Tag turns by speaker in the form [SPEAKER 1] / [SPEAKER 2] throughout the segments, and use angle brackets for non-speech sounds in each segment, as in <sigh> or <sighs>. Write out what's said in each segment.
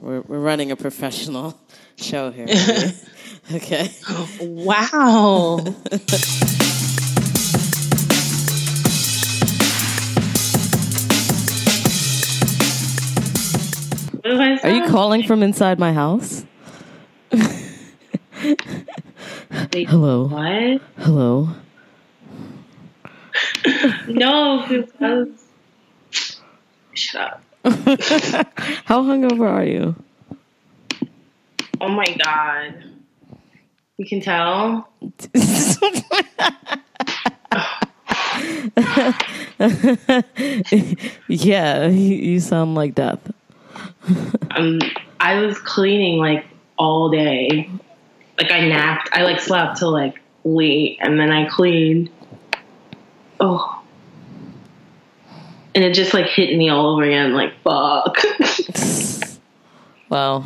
[SPEAKER 1] We're, we're running a professional <laughs> show here. right? okay. <laughs>
[SPEAKER 2] Wow.
[SPEAKER 1] Are you calling from inside my house? Hello.
[SPEAKER 2] What?
[SPEAKER 1] Hello.
[SPEAKER 2] No, because shut up.
[SPEAKER 1] How hungover are you?
[SPEAKER 2] Oh my god. You can tell.
[SPEAKER 1] <laughs> yeah, you, you sound like death.
[SPEAKER 2] Um I was cleaning like all day. Like I napped. I like slept till like late and then I cleaned. Oh. And it just like hit me all over again like fuck. <laughs>
[SPEAKER 1] Wow.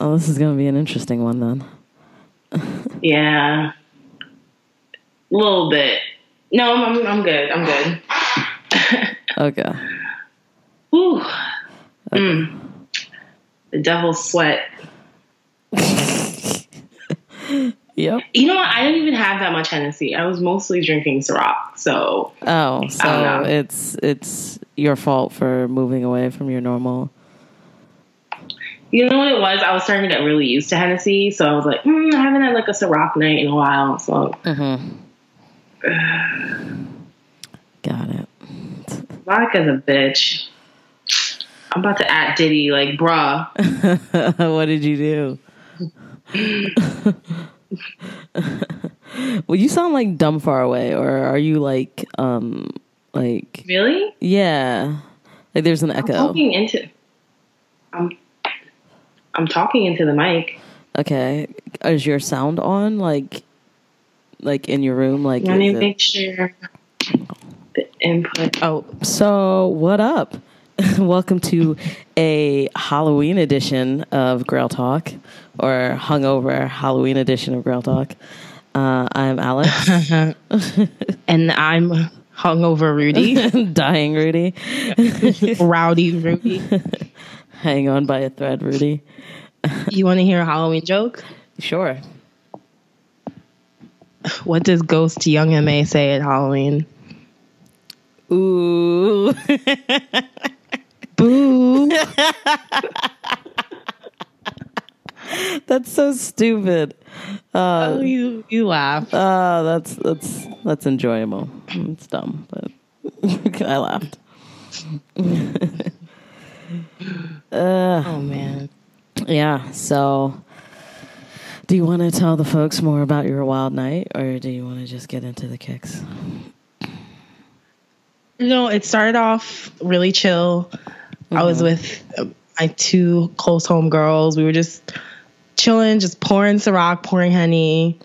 [SPEAKER 1] Oh, this is going to be an interesting one then.
[SPEAKER 2] yeah. A little bit. No, I'm I'm, I'm good. I'm good.
[SPEAKER 1] Okay.
[SPEAKER 2] Whew. Mm. The devil's sweat.
[SPEAKER 1] Yep.
[SPEAKER 2] You know what? I didn't even have that much Hennessy. I was mostly drinking Ciroc. So
[SPEAKER 1] Oh, so
[SPEAKER 2] know.
[SPEAKER 1] it's it's your fault for moving away from your normal.
[SPEAKER 2] you know what it was? I was starting to get really used to Hennessy. So I was like, mm, I haven't had like a Ciroc night in a while. So
[SPEAKER 1] Got it.
[SPEAKER 2] vodka's a bitch. I'm about to at Diddy like, bruh. <laughs>
[SPEAKER 1] <laughs> what did you do? <laughs> well, you sound like dumb far away, or are you like um like
[SPEAKER 2] Really?
[SPEAKER 1] yeah, like there's an echo.
[SPEAKER 2] Talking into. I'm. I'm talking into the mic.
[SPEAKER 1] Okay, is your sound on like like in your room? Like
[SPEAKER 2] Let me
[SPEAKER 1] is it-
[SPEAKER 2] make sure the input.
[SPEAKER 1] Oh, so what up? <laughs> Welcome to a Halloween edition of Grail Talk, or hungover Halloween edition of Grail Talk. Uh, I'm Alex, <laughs>
[SPEAKER 2] And I'm hungover <laughs> Rudy,
[SPEAKER 1] dying Rudy,
[SPEAKER 2] rowdy Rudy.
[SPEAKER 1] hang on by a thread, Rudy.
[SPEAKER 2] You want to hear a Halloween joke?
[SPEAKER 1] Sure.
[SPEAKER 2] What does Ghost Young MA say at Halloween?
[SPEAKER 1] Ooh,
[SPEAKER 2] Boo!
[SPEAKER 1] <laughs> that's so stupid.
[SPEAKER 2] Oh, you, you laugh.
[SPEAKER 1] Uh, that's that's that's enjoyable. It's dumb, but <laughs> I laughed.
[SPEAKER 2] Oh man.
[SPEAKER 1] Yeah. So, do you want to tell the folks more about your wild night, or do you want to just get into the <laughs> kicks?
[SPEAKER 3] No, it started off really chill. I was with um, my two close home girls. We were just chilling, just pouring Ciroc, pouring honey.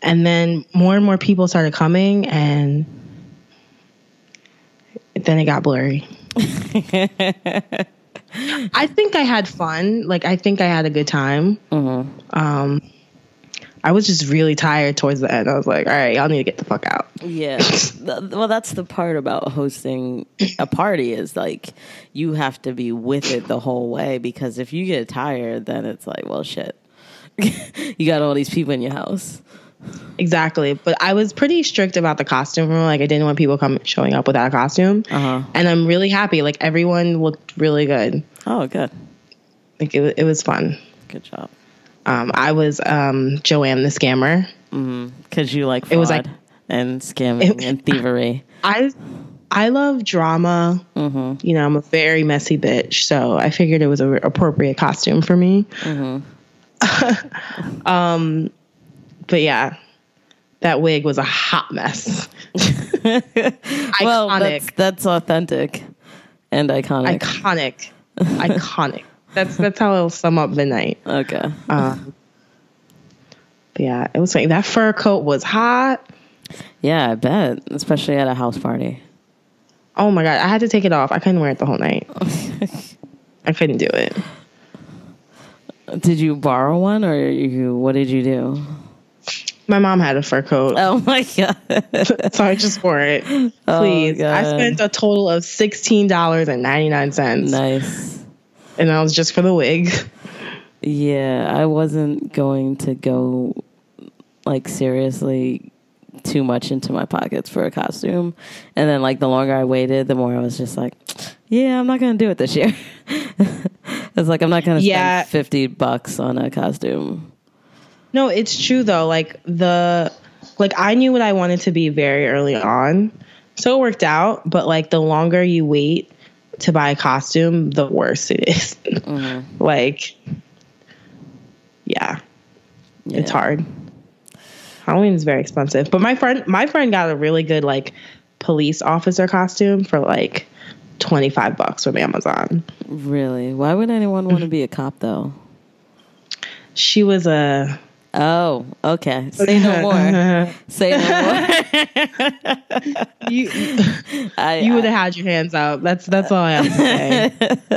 [SPEAKER 3] And then more and more people started coming, and then it got blurry. I think I had fun. Like, I think I had a good time. Um, I was just really tired towards the end. I was like, all right, y'all need to get the fuck out.
[SPEAKER 1] Yeah. Th- well, that's the part about hosting a party is like you have to be with it the whole way because if you get tired, then it's like, well, shit. <laughs> you got all these people in your house.
[SPEAKER 3] Exactly. But I was pretty strict about the costume rule. Like I didn't want people coming showing up without a costume.
[SPEAKER 1] Uh-huh.
[SPEAKER 3] And I'm really happy. Like everyone looked really good.
[SPEAKER 1] Oh, good.
[SPEAKER 3] Like it, wa- it was fun.
[SPEAKER 1] Good job.
[SPEAKER 3] Um, I was um, Joanne the scammer.
[SPEAKER 1] Because you like fraud
[SPEAKER 3] It was like-
[SPEAKER 1] and scamming and <laughs> thievery.
[SPEAKER 3] I I love drama. You know, I'm a very messy bitch, so I figured it was an appropriate costume for me. um, <laughs> but yeah, that wig was a hot mess. Iconic.
[SPEAKER 1] Well, that's, that's authentic and iconic.
[SPEAKER 3] iconic iconic that's that's how i'll sum up the night
[SPEAKER 1] okay.
[SPEAKER 3] um but yeah it was like that fur coat was hot
[SPEAKER 1] Yeah, I bet, especially at a house party.
[SPEAKER 3] oh my god i had to take it off i couldn't wear it the whole night i couldn't do it
[SPEAKER 1] Did you borrow one, or you? What did you do?
[SPEAKER 3] my mom had a fur coat <laughs>
[SPEAKER 1] Oh <laughs> my god!
[SPEAKER 3] so i just wore it please i
[SPEAKER 1] God.
[SPEAKER 3] spent a total of $16.99
[SPEAKER 1] nice.
[SPEAKER 3] and I was just for the wig.
[SPEAKER 1] Yeah, I wasn't going to go like seriously too much into my pockets for a costume. And then like the longer I waited, the more I was just like, yeah, I'm not going to do it this year. <laughs> it's like I'm not going to
[SPEAKER 3] Yeah.
[SPEAKER 1] spend 50 bucks on a costume.
[SPEAKER 3] No, it's true though. Like the like I knew what I wanted to be very early on. So it worked out, but like the longer you wait to buy a costume, the worse it is. <laughs> like yeah,
[SPEAKER 1] Yeah.
[SPEAKER 3] it's hard. Halloween is very expensive. But my friend my friend got a really good like police officer costume for like 25 bucks from Amazon.
[SPEAKER 1] Really? Why would anyone want to be a cop though?
[SPEAKER 3] She was a
[SPEAKER 1] Oh, okay. Say no more. Say no more.
[SPEAKER 3] <laughs> you
[SPEAKER 1] I,
[SPEAKER 3] you would have had your hands up. That's that's all I have to say.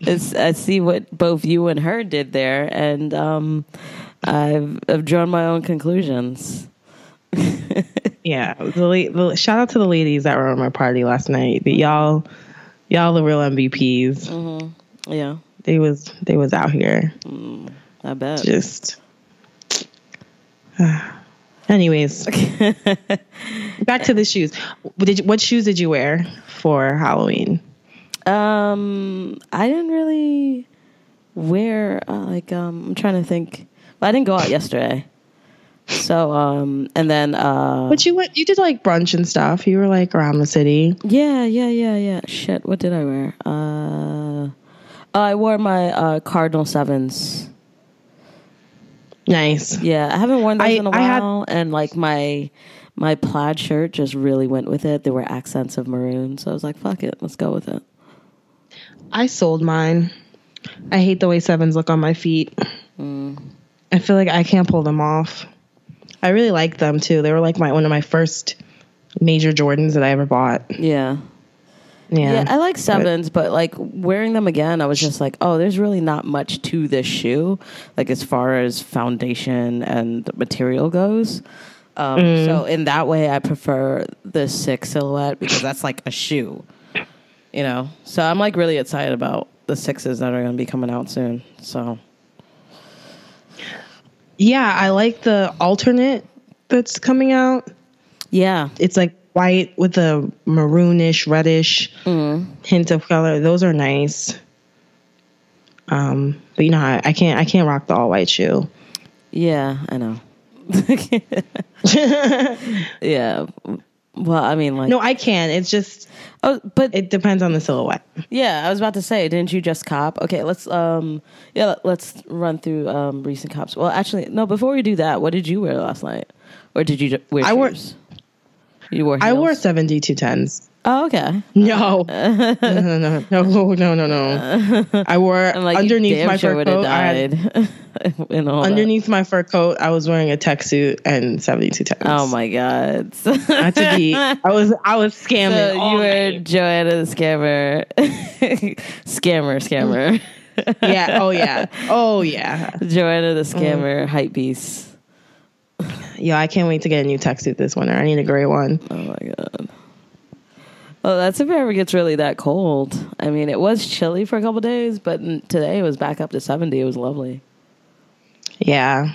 [SPEAKER 1] it's, I see what both you and her did there, and um, I've, I've drawn my own conclusions.
[SPEAKER 3] Yeah, the, la- the shout out to the ladies that were at my party last night. That y'all, y'all the real MVPs.
[SPEAKER 1] Yeah,
[SPEAKER 3] They was they was out here
[SPEAKER 1] I bet.
[SPEAKER 3] just. <sighs> Anyways, back to the shoes. What Did you, what shoes did you wear for Halloween?
[SPEAKER 1] <laughs> Um, I didn't really wear uh, like um. I'm trying to think. I didn't go out yesterday, so um, and then uh,
[SPEAKER 3] But you went, you did like brunch and stuff. You were like around the city.
[SPEAKER 1] yeah, yeah, yeah, yeah. Shit, what did I wear? Uh, I wore my uh Cardinal sevens.
[SPEAKER 3] Nice.
[SPEAKER 1] Yeah, I haven't worn those
[SPEAKER 3] I-
[SPEAKER 1] in a
[SPEAKER 3] I had-
[SPEAKER 1] while, and like my my plaid shirt just really went with it. There were accents of maroon, so I was like, "Fuck it, let's go with it."
[SPEAKER 3] I sold mine. I hate the way sevens look on my feet.
[SPEAKER 1] Mm.
[SPEAKER 3] I feel like I can't pull them off. I really like them too. They were like my one of my first major Jordans that I ever bought.
[SPEAKER 1] Yeah,
[SPEAKER 3] Yeah.
[SPEAKER 1] yeah, I like sevens, but like wearing them again, I was just like, "Oh, there's really not much to this shoe, like as far as foundation and material goes." Um, So in that way, I prefer the six silhouette because that's like a shoe, you know. So I'm like really excited about the sixes that are going to be coming out soon. So.
[SPEAKER 3] yeah, I like the alternate that's coming out.
[SPEAKER 1] Yeah,
[SPEAKER 3] It's like white with a maroonish, reddish
[SPEAKER 1] Mm.
[SPEAKER 3] hint of color. Those are nice. Um, but you know, I, I can't I can't rock the all white shoe.
[SPEAKER 1] Yeah, I know. <laughs> yeah. Well, I mean, like,
[SPEAKER 3] No, I can. It's just
[SPEAKER 1] oh, but
[SPEAKER 3] it depends on the silhouette.
[SPEAKER 1] yeah, I was about to say, didn't you just cop? Okay, let's um, yeah, let's run through um recent cops. Well, actually, no. Before we do that, what did you wear last night, or did you ju- wear
[SPEAKER 3] I wore-
[SPEAKER 1] shoes? You wore.
[SPEAKER 3] I
[SPEAKER 1] heels?
[SPEAKER 3] wore 7210s.
[SPEAKER 1] Oh, okay. <laughs>
[SPEAKER 3] No. <laughs> no, no, no, no, no, no, no. I wore
[SPEAKER 1] I'm like, you
[SPEAKER 3] underneath
[SPEAKER 1] damn
[SPEAKER 3] my
[SPEAKER 1] sure
[SPEAKER 3] fur
[SPEAKER 1] would have
[SPEAKER 3] coat. I had,
[SPEAKER 1] died. <laughs> and all that.
[SPEAKER 3] underneath my fur coat, I was wearing a tech suit and 7210s.
[SPEAKER 1] Oh my god. <laughs> So,
[SPEAKER 3] Not to
[SPEAKER 1] <laughs>
[SPEAKER 3] be, I was I was scamming.
[SPEAKER 1] you
[SPEAKER 3] all
[SPEAKER 1] were
[SPEAKER 3] night.
[SPEAKER 1] Joanna the scammer, <laughs> scammer,
[SPEAKER 3] <laughs>
[SPEAKER 1] scammer.
[SPEAKER 3] yeah. Oh yeah.
[SPEAKER 1] <laughs>
[SPEAKER 3] Oh yeah.
[SPEAKER 1] Joanna
[SPEAKER 3] Mm.
[SPEAKER 1] the scammer hype beast.
[SPEAKER 3] Yo, I can't wait to get a new tech suit this winter. I need a gray one.
[SPEAKER 1] Oh my god. Well, that's if it ever gets really that cold. I mean, it was chilly for a couple days, but n- today it was back up to seventy. It was lovely.
[SPEAKER 3] Yeah.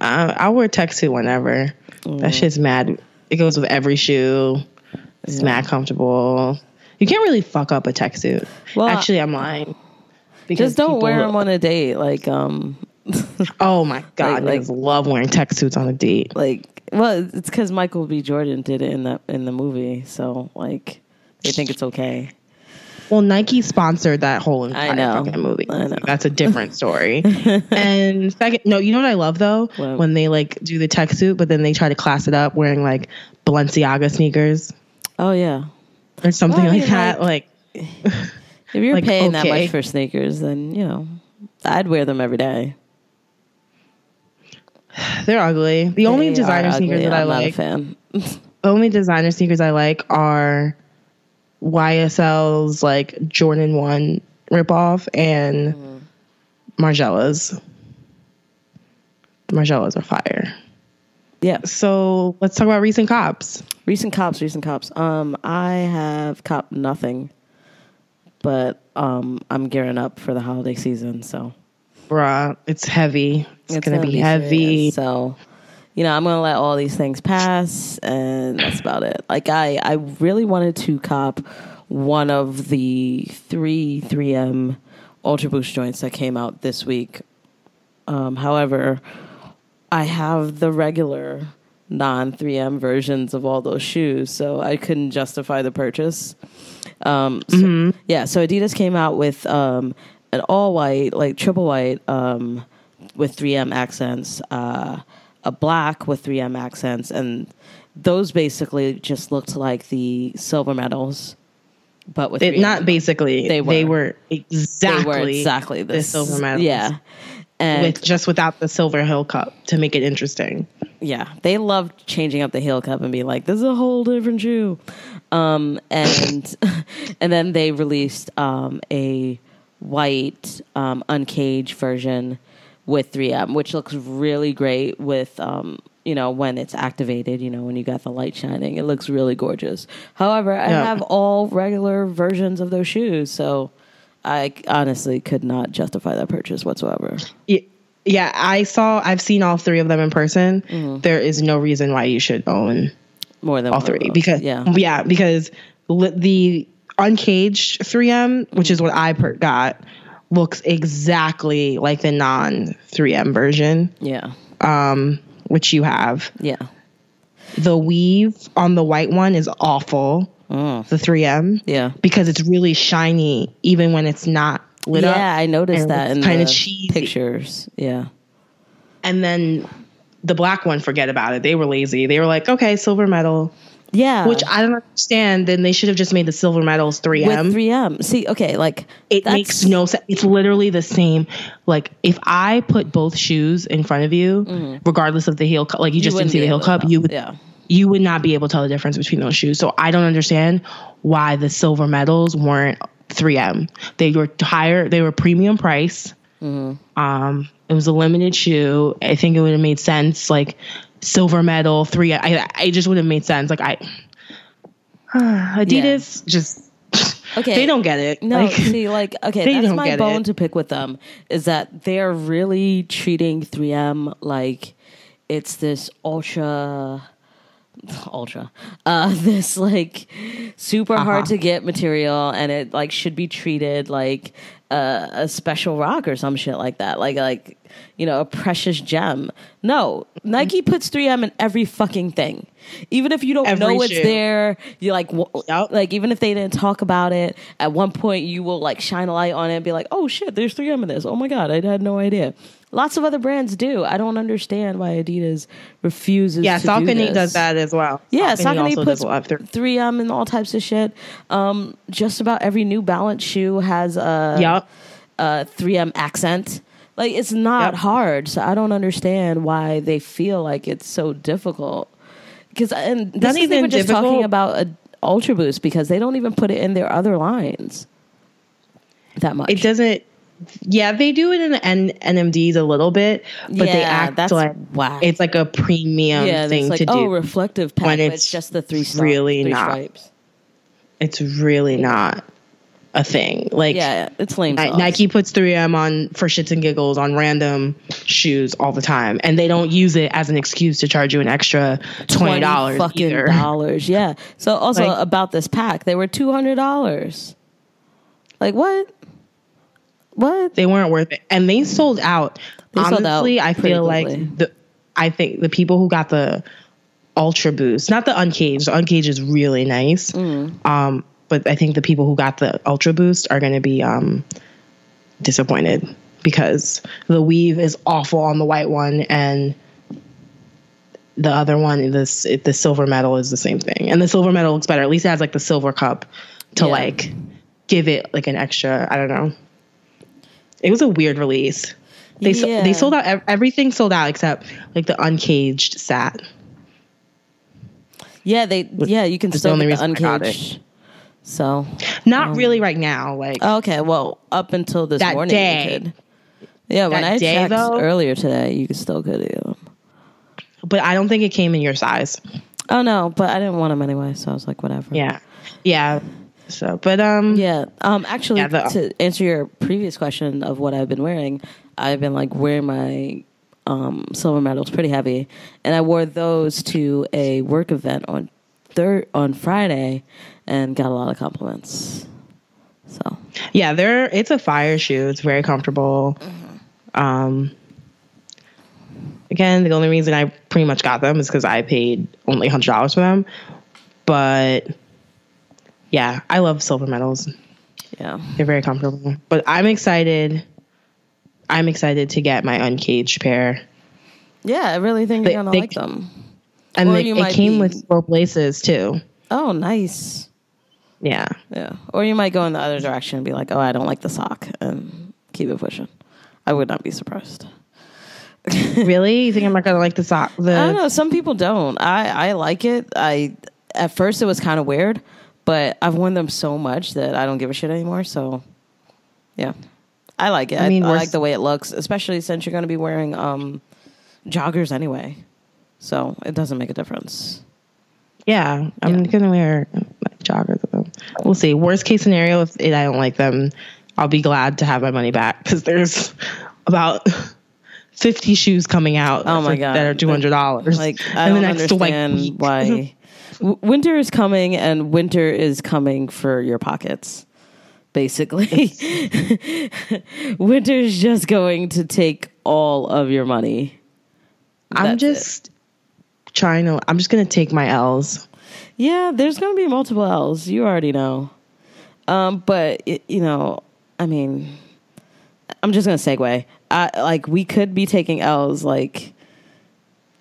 [SPEAKER 3] I, I wear tech suit whenever. That
[SPEAKER 1] Mm.
[SPEAKER 3] shit's mad. It goes with every shoe. It's mad comfortable. You can't really fuck up a tech suit.
[SPEAKER 1] Well,
[SPEAKER 3] Actually, I'm lying. Because
[SPEAKER 1] Just don't
[SPEAKER 3] people-
[SPEAKER 1] wear them on a date. Like, um, <laughs>
[SPEAKER 3] Oh my god,
[SPEAKER 1] Like-
[SPEAKER 3] like, love wearing tech suits on a date.
[SPEAKER 1] like, well, it's because Michael B. Jordan did it in that in the movie, so like, they think it's okay.
[SPEAKER 3] Well, Nike sponsored that whole entire
[SPEAKER 1] know.
[SPEAKER 3] fucking movie.
[SPEAKER 1] I know.
[SPEAKER 3] That's a
[SPEAKER 1] <laughs>
[SPEAKER 3] different story. and second, no, you know what I love though?
[SPEAKER 1] What?
[SPEAKER 3] When they like do the tech suit, but then they try to class it up wearing like Balenciaga sneakers
[SPEAKER 1] Oh yeah.
[SPEAKER 3] or something
[SPEAKER 1] Well, I
[SPEAKER 3] like
[SPEAKER 1] mean,
[SPEAKER 3] that. Like,
[SPEAKER 1] If you're
[SPEAKER 3] Like,
[SPEAKER 1] paying that
[SPEAKER 3] okay.
[SPEAKER 1] much for sneakers, then you know, I'd wear them every day.
[SPEAKER 3] they're ugly. The only
[SPEAKER 1] They
[SPEAKER 3] designer
[SPEAKER 1] are ugly.
[SPEAKER 3] sneakers that i
[SPEAKER 1] I'm
[SPEAKER 3] like,
[SPEAKER 1] Not a fan.
[SPEAKER 3] the only designer sneakers I like are YSL's like Jordan One ripoff and
[SPEAKER 1] Mm.
[SPEAKER 3] Margellas. Margellas are fire.
[SPEAKER 1] Yeah.
[SPEAKER 3] So let's talk about recent cops.
[SPEAKER 1] Recent cops, recent cops. Um, I have cop nothing. but um, I'm gearing up for the holiday season. So
[SPEAKER 3] Bruh, it's heavy. It's, gonna, be, heavy.
[SPEAKER 1] serious. So, you know, I'm gonna let all these things pass, and that's about it. Like I, I really wanted to cop one of the three 3M Ultra Boost joints that came out this week. Um, however, I have the regular non 3M versions of all those shoes, so I couldn't justify the purchase. Um, so-
[SPEAKER 3] Mm-hmm.
[SPEAKER 1] Yeah, so Adidas came out with um, an all white, like triple white, um, with 3M accents, uh, a black with 3M accents, and those basically just looked like the silver medals, but with
[SPEAKER 3] It,
[SPEAKER 1] 3M
[SPEAKER 3] not basically.
[SPEAKER 1] They
[SPEAKER 3] They
[SPEAKER 1] were.
[SPEAKER 3] were,
[SPEAKER 1] they
[SPEAKER 3] exactly,
[SPEAKER 1] were exactly
[SPEAKER 3] the
[SPEAKER 1] this
[SPEAKER 3] silver medals.
[SPEAKER 1] Yeah, and
[SPEAKER 3] with just without the silver hill cup to make it interesting.
[SPEAKER 1] yeah, they loved changing up the heel cup and being like, "This is a whole different shoe," um, and <laughs> and then they released um, a white um, uncaged version with 3M, which looks really great with um, you know when it's activated. You know when you got the light shining, it looks really gorgeous. However, I
[SPEAKER 3] Yeah.
[SPEAKER 1] have all regular versions of those shoes, so I honestly could not justify that purchase whatsoever.
[SPEAKER 3] Y- Yeah, I saw. I've seen all three of them in person.
[SPEAKER 1] Mm-hmm.
[SPEAKER 3] There is no reason why you should own
[SPEAKER 1] More than
[SPEAKER 3] all
[SPEAKER 1] one of
[SPEAKER 3] three
[SPEAKER 1] those.
[SPEAKER 3] because
[SPEAKER 1] Uh, yeah,
[SPEAKER 3] yeah, because li- the uncaged 3M, which
[SPEAKER 1] Mm-hmm.
[SPEAKER 3] is what I per- got, looks exactly like the non 3M version,
[SPEAKER 1] yeah,
[SPEAKER 3] um, which you have.
[SPEAKER 1] yeah.
[SPEAKER 3] The weave on the white one is awful.
[SPEAKER 1] Mm.
[SPEAKER 3] The 3M,
[SPEAKER 1] Yeah.
[SPEAKER 3] because it's really shiny even when it's not lit
[SPEAKER 1] yeah,
[SPEAKER 3] up.
[SPEAKER 1] I noticed
[SPEAKER 3] and
[SPEAKER 1] that
[SPEAKER 3] it's
[SPEAKER 1] in
[SPEAKER 3] kinda
[SPEAKER 1] the
[SPEAKER 3] cheesy.
[SPEAKER 1] pictures. Yeah.
[SPEAKER 3] and then the black one forget about it they were lazy they were like okay silver medal
[SPEAKER 1] Yeah.
[SPEAKER 3] which i don't understand then they should have just made the silver medals 3m
[SPEAKER 1] with 3M. See, okay, like
[SPEAKER 3] it
[SPEAKER 1] that's-
[SPEAKER 3] makes no sense it's literally the same like if i put both shoes in front of you regardless of the heel cup like you, just
[SPEAKER 1] Mm. wouldn't
[SPEAKER 3] didn't see
[SPEAKER 1] be
[SPEAKER 3] the heel
[SPEAKER 1] able to
[SPEAKER 3] cup
[SPEAKER 1] tell.
[SPEAKER 3] you would
[SPEAKER 1] Yeah.
[SPEAKER 3] you would not be able to tell the difference between those shoes so i don't understand why the silver medals weren't 3m they were higher they were premium price
[SPEAKER 1] Mm-hmm.
[SPEAKER 3] Um, it was a limited shoe. I think it would have made sense, like silver medal three. I I just would have made sense. Like I, <sighs> Adidas <laughs> just
[SPEAKER 1] Okay.
[SPEAKER 3] they don't get it.
[SPEAKER 1] No,
[SPEAKER 3] Like, <laughs>
[SPEAKER 1] see, like okay,
[SPEAKER 3] they
[SPEAKER 1] that's
[SPEAKER 3] don't
[SPEAKER 1] my
[SPEAKER 3] get
[SPEAKER 1] bone
[SPEAKER 3] it.
[SPEAKER 1] to pick with them is that they're really treating 3M like it's this ultra <laughs> ultra uh <laughs> this like super
[SPEAKER 3] Uh-huh.
[SPEAKER 1] hard to get material and it like should be treated like a, a special rock or some shit like that like like you know a precious gem no
[SPEAKER 3] Mm-hmm.
[SPEAKER 1] nike puts 3m in every fucking thing even if you don't
[SPEAKER 3] Every
[SPEAKER 1] know it's
[SPEAKER 3] shoe.
[SPEAKER 1] there you're like w-
[SPEAKER 3] Yup.
[SPEAKER 1] like even if they didn't talk about it at one point you will like shine a light on it and be like oh shit there's 3m in this oh my god i had no idea lots of other brands do i don't understand why adidas refuses
[SPEAKER 3] yeah,
[SPEAKER 1] to do
[SPEAKER 3] Saucony
[SPEAKER 1] this.
[SPEAKER 3] does that as well.
[SPEAKER 1] Yeah,
[SPEAKER 3] also
[SPEAKER 1] Saucony
[SPEAKER 3] does
[SPEAKER 1] puts
[SPEAKER 3] a lot of their-
[SPEAKER 1] three M and all types of shit. Um, just about every New Balance shoe has a
[SPEAKER 3] Yup.
[SPEAKER 1] a three M accent. Like it's not
[SPEAKER 3] Yep.
[SPEAKER 1] hard, so I don't understand why they feel like it's so difficult. Because and this
[SPEAKER 3] Not
[SPEAKER 1] isn't
[SPEAKER 3] even
[SPEAKER 1] even just
[SPEAKER 3] difficult.
[SPEAKER 1] talking about a Ultra Boost because they don't even put it in their other lines that much.
[SPEAKER 3] It doesn't. Yeah, they do it in the N- NMDs a little bit, but they
[SPEAKER 1] Yeah,
[SPEAKER 3] act
[SPEAKER 1] that's
[SPEAKER 3] like
[SPEAKER 1] whack.
[SPEAKER 3] it's like a premium
[SPEAKER 1] yeah,
[SPEAKER 3] thing
[SPEAKER 1] it's like
[SPEAKER 3] to
[SPEAKER 1] oh,
[SPEAKER 3] do.
[SPEAKER 1] reflective pack,
[SPEAKER 3] when
[SPEAKER 1] but it's
[SPEAKER 3] it's
[SPEAKER 1] just the three, stri-
[SPEAKER 3] really
[SPEAKER 1] three
[SPEAKER 3] not.
[SPEAKER 1] stripes.
[SPEAKER 3] it's really not a thing. Like
[SPEAKER 1] Yeah, it's lame.
[SPEAKER 3] Ni-
[SPEAKER 1] sauce.
[SPEAKER 3] Nike puts 3M on for shits and giggles on random shoes all the time, and they don't use it as an excuse to charge you an extra twenty dollars
[SPEAKER 1] fucking
[SPEAKER 3] either.
[SPEAKER 1] dollars. Yeah. So also
[SPEAKER 3] Like-
[SPEAKER 1] about this pack, they were two hundred dollars. Like what? What?
[SPEAKER 3] They weren't worth it, and they sold out.
[SPEAKER 1] They sold out
[SPEAKER 3] Honestly, I
[SPEAKER 1] pretty
[SPEAKER 3] feel like
[SPEAKER 1] quickly.
[SPEAKER 3] the I think the people who got the Ultra Boost, not the Uncaged. The Uncaged is really nice,
[SPEAKER 1] Mm.
[SPEAKER 3] um, but I think the people who got the Ultra Boost are going to be um, disappointed because the weave is awful on the white one and the other one this it, the silver medal is the same thing and the silver medal looks better at least it has like the silver cup to
[SPEAKER 1] Yeah.
[SPEAKER 3] like give it like an extra i don't know it was a weird release they so-
[SPEAKER 1] Yeah.
[SPEAKER 3] they sold out ev- everything sold out except like the uncaged sat
[SPEAKER 1] Yeah, they yeah, you can
[SPEAKER 3] That's the
[SPEAKER 1] still
[SPEAKER 3] only
[SPEAKER 1] get the
[SPEAKER 3] reason I got
[SPEAKER 1] uncaged. So
[SPEAKER 3] not
[SPEAKER 1] Oh.
[SPEAKER 3] really right now like
[SPEAKER 1] okay, well, up until this
[SPEAKER 3] That
[SPEAKER 1] morning you
[SPEAKER 3] day.
[SPEAKER 1] could. Yeah, when
[SPEAKER 3] That
[SPEAKER 1] I
[SPEAKER 3] day,
[SPEAKER 1] checked
[SPEAKER 3] though?
[SPEAKER 1] earlier today, you could still get it.
[SPEAKER 3] but i don't think it came in your size
[SPEAKER 1] Oh no, but I didn't want them anyway, so I was like, whatever.
[SPEAKER 3] yeah yeah So, but um,
[SPEAKER 1] Yeah. Um. Actually,
[SPEAKER 3] Yeah, the-
[SPEAKER 1] to answer your previous question of what I've been wearing, I've been like wearing my um silver medals pretty heavy, and I wore those to a work event on third on Friday, and got a lot of compliments. So
[SPEAKER 3] yeah, they're it's a fire shoe. It's very comfortable.
[SPEAKER 1] Mm-hmm.
[SPEAKER 3] Um, again, the only reason I pretty much got them is because I paid only hundred dollars for them. But yeah, I love silver medals.
[SPEAKER 1] yeah.
[SPEAKER 3] They're very comfortable. But I'm excited. I'm excited to get my uncaged pair.
[SPEAKER 1] Yeah, I really think
[SPEAKER 3] They-
[SPEAKER 1] you're gonna
[SPEAKER 3] they-
[SPEAKER 1] like them.
[SPEAKER 3] And
[SPEAKER 1] Or
[SPEAKER 3] they,
[SPEAKER 1] you
[SPEAKER 3] it
[SPEAKER 1] might
[SPEAKER 3] came
[SPEAKER 1] be-
[SPEAKER 3] with rope laces too.
[SPEAKER 1] Oh, nice. <laughs>
[SPEAKER 3] Yeah.
[SPEAKER 1] Yeah. Or you might go in the other direction and be like, "Oh, I don't like the sock," and keep it pushing. I would not be surprised.
[SPEAKER 3] really? You think I'm not gonna like the sock? The
[SPEAKER 1] I don't know. Some people don't. I I like it. I at first it was kind of weird, but I've worn them so much that I don't give a shit anymore. So, yeah, I like it. I,
[SPEAKER 3] mean,
[SPEAKER 1] I
[SPEAKER 3] we're-
[SPEAKER 1] like the way it looks, especially since you're going to be wearing um joggers anyway. So it doesn't make a difference.
[SPEAKER 3] Yeah, I'm gonna wear like joggers with them. We'll see. Worst case scenario, if it, I don't like them, I'll be glad to have my money back because there's about fifty shoes coming out.
[SPEAKER 1] Oh my
[SPEAKER 3] for-
[SPEAKER 1] God.
[SPEAKER 3] that are two hundred dollars.
[SPEAKER 1] Like I don't understand
[SPEAKER 3] <laughs>
[SPEAKER 1] why W- winter is coming and winter is coming for your pockets. Basically, <laughs> winter is just going to take all of your money.
[SPEAKER 3] I'm
[SPEAKER 1] that's it.
[SPEAKER 3] just trying to. I'm just gonna take my L's.
[SPEAKER 1] Yeah, there's going to be multiple L's. You already know. Um, but y you know, I mean, I'm just going to segue. I, like we could be taking L's like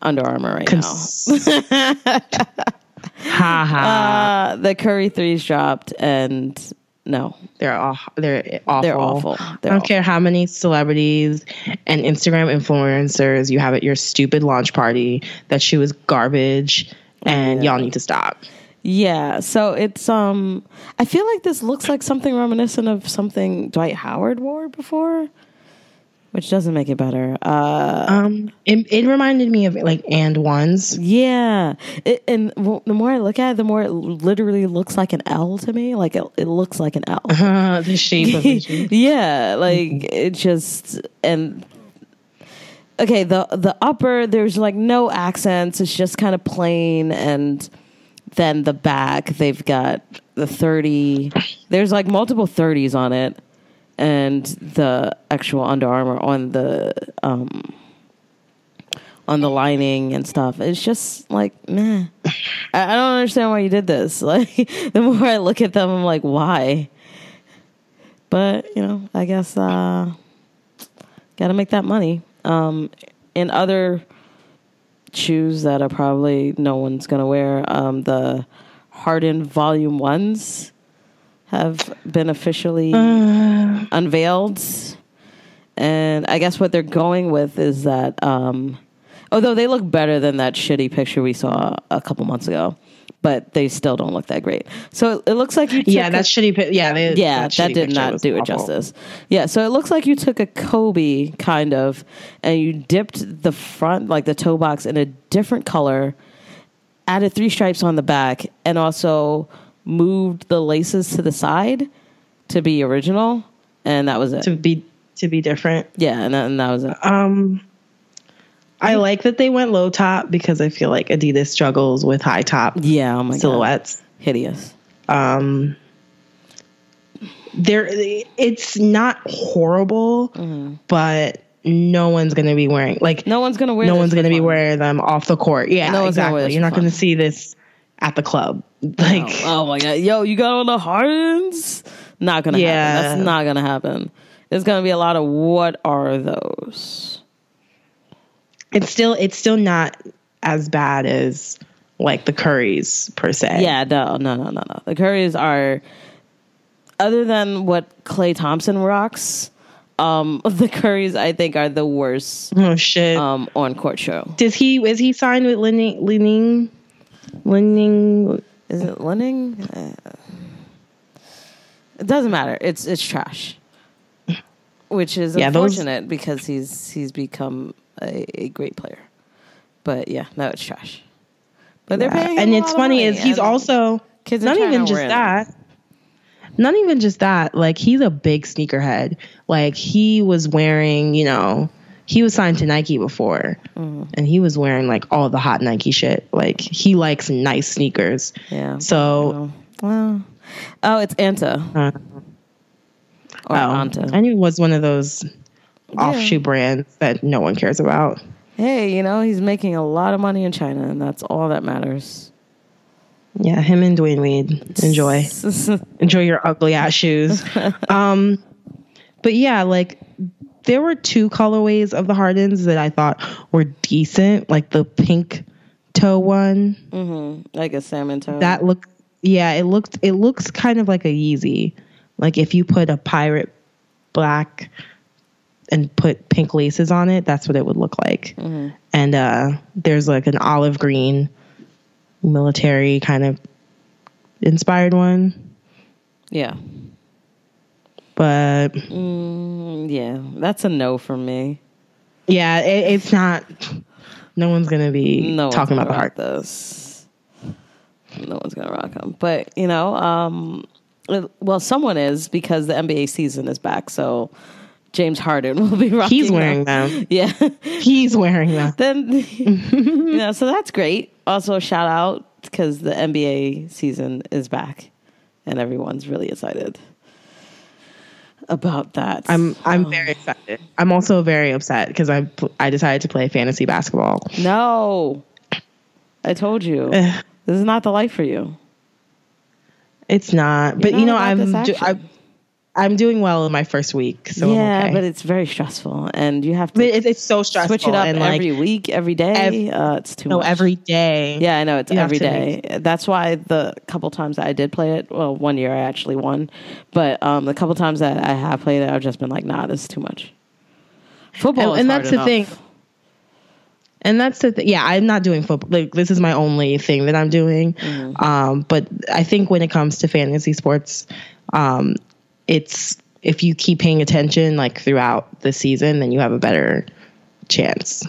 [SPEAKER 1] Under Armour right <laughs> now.
[SPEAKER 3] ha ha!
[SPEAKER 1] Uh, the Curry threes dropped, and no,
[SPEAKER 3] they're all they're awful.
[SPEAKER 1] they're awful. They're
[SPEAKER 3] I don't
[SPEAKER 1] awful.
[SPEAKER 3] care how many celebrities and Instagram influencers you have at your stupid launch party. That shoe is garbage, and y'all need to stop.
[SPEAKER 1] Yeah, so it's um I feel like this looks like something reminiscent of something Dwight Howard wore before, which doesn't make it better. Uh
[SPEAKER 3] Um, it, it reminded me of like and
[SPEAKER 1] <laughs>
[SPEAKER 3] ones.
[SPEAKER 1] yeah. It, and w- the more I look at it, the more it literally looks like an L to me. Like it, it looks like an L.
[SPEAKER 3] Uh, the shape <laughs> of the shoe.
[SPEAKER 1] <laughs> yeah, like it just and okay, the the upper there's like no accents. It's just kind of plain and then the back they've got the 30. There's like multiple 30s on it and the actual Under Armour on the um on the lining and stuff. It's just like, meh. I, I don't understand why you did this. <laughs> Like the more I look at them, I'm like, why? but you know i guess uh gotta make that money um and other shoes that are probably no one's gonna wear um the hardened volume ones have been officially
[SPEAKER 3] Uh.
[SPEAKER 1] unveiled and i guess what they're going with is that um although they look better than that shitty picture we saw a couple months ago but they still don't look that great so it, it looks like you took
[SPEAKER 3] Yeah,
[SPEAKER 1] a-
[SPEAKER 3] that shitty. pi- Yeah, they,
[SPEAKER 1] yeah, that,
[SPEAKER 3] shitty
[SPEAKER 1] did
[SPEAKER 3] picture
[SPEAKER 1] not
[SPEAKER 3] was
[SPEAKER 1] do it
[SPEAKER 3] awful.
[SPEAKER 1] justice. Yeah, so it looks like you took a Kobe kind of, and you dipped the front, like the toe box, in a different color, added three stripes on the back, and also moved the laces to the side to be original, and that was it.
[SPEAKER 3] To be to be different.
[SPEAKER 1] yeah, and that, and that was it.
[SPEAKER 3] Um,
[SPEAKER 1] Mm.
[SPEAKER 3] I like that they went low top because I feel like Adidas struggles with high top
[SPEAKER 1] Yeah, oh my god,
[SPEAKER 3] silhouettes.
[SPEAKER 1] hideous.
[SPEAKER 3] um there it's not horrible but no one's going to be wearing like no,
[SPEAKER 1] Mm-hmm. No one's gonna wear. this
[SPEAKER 3] one's
[SPEAKER 1] for
[SPEAKER 3] going to be
[SPEAKER 1] fun.
[SPEAKER 3] wearing them off the court yeah
[SPEAKER 1] No one's gonna wear
[SPEAKER 3] exactly
[SPEAKER 1] this
[SPEAKER 3] you're
[SPEAKER 1] for
[SPEAKER 3] not going to
[SPEAKER 1] fun.
[SPEAKER 3] see this at the club like
[SPEAKER 1] Oh my god, yo, you got on the Hardens? Not gonna
[SPEAKER 3] Yeah.
[SPEAKER 1] happen. That's not gonna happen. There's gonna be a lot of what are those?
[SPEAKER 3] it's still it's still not as bad as like the curries per se
[SPEAKER 1] Yeah, no, no, no, no, no. The Currys are, other than what Clay Thompson rocks, um, <laughs> the Currys I think are the worst
[SPEAKER 3] oh shit
[SPEAKER 1] um on court show.
[SPEAKER 3] does he is he signed with leaning leaning leaning
[SPEAKER 1] Is it Lenning? Uh, it doesn't matter. It's it's trash. Which is
[SPEAKER 3] Yeah, those-
[SPEAKER 1] unfortunate because he's he's become a, a great player. But yeah, no, it's trash. But they're paying him
[SPEAKER 3] Uh, and
[SPEAKER 1] a
[SPEAKER 3] it's
[SPEAKER 1] lot of
[SPEAKER 3] funny
[SPEAKER 1] money,
[SPEAKER 3] is he's
[SPEAKER 1] and
[SPEAKER 3] also
[SPEAKER 1] kids in
[SPEAKER 3] not
[SPEAKER 1] China
[SPEAKER 3] even
[SPEAKER 1] were
[SPEAKER 3] just
[SPEAKER 1] in it.
[SPEAKER 3] that Not even just that. Like he's a big sneakerhead. Like he was wearing, you know, he was signed to Nike before,
[SPEAKER 1] Mm.
[SPEAKER 3] and he was wearing like all the hot Nike shit. Like he likes nice sneakers.
[SPEAKER 1] Yeah.
[SPEAKER 3] So
[SPEAKER 1] Oh, well. Oh, it's Anta.
[SPEAKER 3] uh,
[SPEAKER 1] Or
[SPEAKER 3] oh,
[SPEAKER 1] Anta.
[SPEAKER 3] I knew it was one of those offshoot brands that no one cares about.
[SPEAKER 1] Hey, you know, he's making a lot of money in China, and that's all that matters.
[SPEAKER 3] Yeah, him and Dwayne Wade. Enjoy. enjoy your ugly ass shoes. um, but yeah, like there were two colorways of the Hardens that I thought were decent, like the pink toe one.
[SPEAKER 1] <laughs> like a salmon tone.
[SPEAKER 3] That looked yeah, it looked it looks kind of like a Yeezy. Like if you put a pirate black and put pink laces on it, that's what it would look like. And uh there's like an olive green military kind of inspired one,
[SPEAKER 1] yeah.
[SPEAKER 3] but
[SPEAKER 1] Mm, yeah. That's a no from me.
[SPEAKER 3] Yeah, it, it's not. No one's gonna be
[SPEAKER 1] No one's
[SPEAKER 3] talking
[SPEAKER 1] gonna
[SPEAKER 3] about the
[SPEAKER 1] rock
[SPEAKER 3] heart.
[SPEAKER 1] this. No one's gonna rock them. But you know, um, it- well, someone is because the NBA season is back, so James Harden <laughs> will be rocking.
[SPEAKER 3] He's wearing
[SPEAKER 1] them.
[SPEAKER 3] them.
[SPEAKER 1] <laughs> Yeah.
[SPEAKER 3] He's wearing them.
[SPEAKER 1] then <laughs>
[SPEAKER 3] Mm-hmm.
[SPEAKER 1] you know, so that's great. Also, shout out because the NBA season is back, and everyone's really excited about that.
[SPEAKER 3] I'm
[SPEAKER 1] Um,
[SPEAKER 3] I'm very excited. I'm also very upset because I pl- I decided to play fantasy basketball.
[SPEAKER 1] no. I told you
[SPEAKER 3] Ugh.
[SPEAKER 1] this is not the life for you.
[SPEAKER 3] It's not, but
[SPEAKER 1] not
[SPEAKER 3] you know
[SPEAKER 1] about
[SPEAKER 3] I'm
[SPEAKER 1] this
[SPEAKER 3] do,
[SPEAKER 1] action.
[SPEAKER 3] I, I'm doing well in my first week, so I'm
[SPEAKER 1] yeah,
[SPEAKER 3] okay.
[SPEAKER 1] but it's very stressful, and you have to
[SPEAKER 3] But it, it's so stressful.
[SPEAKER 1] switch it up
[SPEAKER 3] and like
[SPEAKER 1] every week, every day.
[SPEAKER 3] ev-
[SPEAKER 1] uh, it's too
[SPEAKER 3] no
[SPEAKER 1] much.
[SPEAKER 3] every day.
[SPEAKER 1] Yeah, I know it's
[SPEAKER 3] You have
[SPEAKER 1] every
[SPEAKER 3] to
[SPEAKER 1] day. That's why the couple times that I did play it, well, one year I actually won, but um, the couple times that I have played it, I've just been like, nah, this is too much. Football,
[SPEAKER 3] and,
[SPEAKER 1] is
[SPEAKER 3] and
[SPEAKER 1] hard
[SPEAKER 3] that's the
[SPEAKER 1] enough.
[SPEAKER 3] thing. And that's the thing. Yeah, I'm not doing football. Like this is my only thing that I'm doing. Um, but I think when it comes to fantasy sports, um, it's if you keep paying attention like throughout the season, then you have a better chance.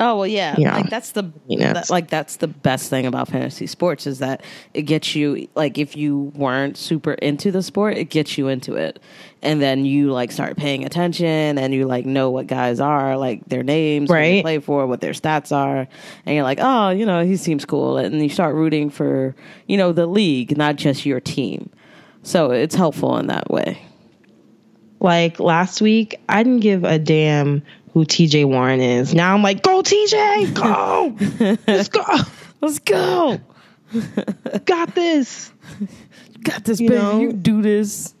[SPEAKER 1] Oh well, yeah.
[SPEAKER 3] You know,
[SPEAKER 1] Like that's the
[SPEAKER 3] you know,
[SPEAKER 1] that-
[SPEAKER 3] it's-
[SPEAKER 1] like that's the best thing about fantasy sports is that it gets you like if you weren't super into the sport, it gets you into it, and then you like start paying attention and you like know what guys are like their names, who they
[SPEAKER 3] Right.
[SPEAKER 1] play for, what their stats are, and you're like, oh, you know, he seems cool, and you start rooting for you know the league, not just your team. So it's helpful in that way.
[SPEAKER 3] Like last week, I didn't give a damn who TJ Warren is. Now I'm like, go TJ, go, let's go,
[SPEAKER 1] Let's go.
[SPEAKER 3] got this.
[SPEAKER 1] Got this,
[SPEAKER 3] You
[SPEAKER 1] baby.
[SPEAKER 3] know?
[SPEAKER 1] You do this.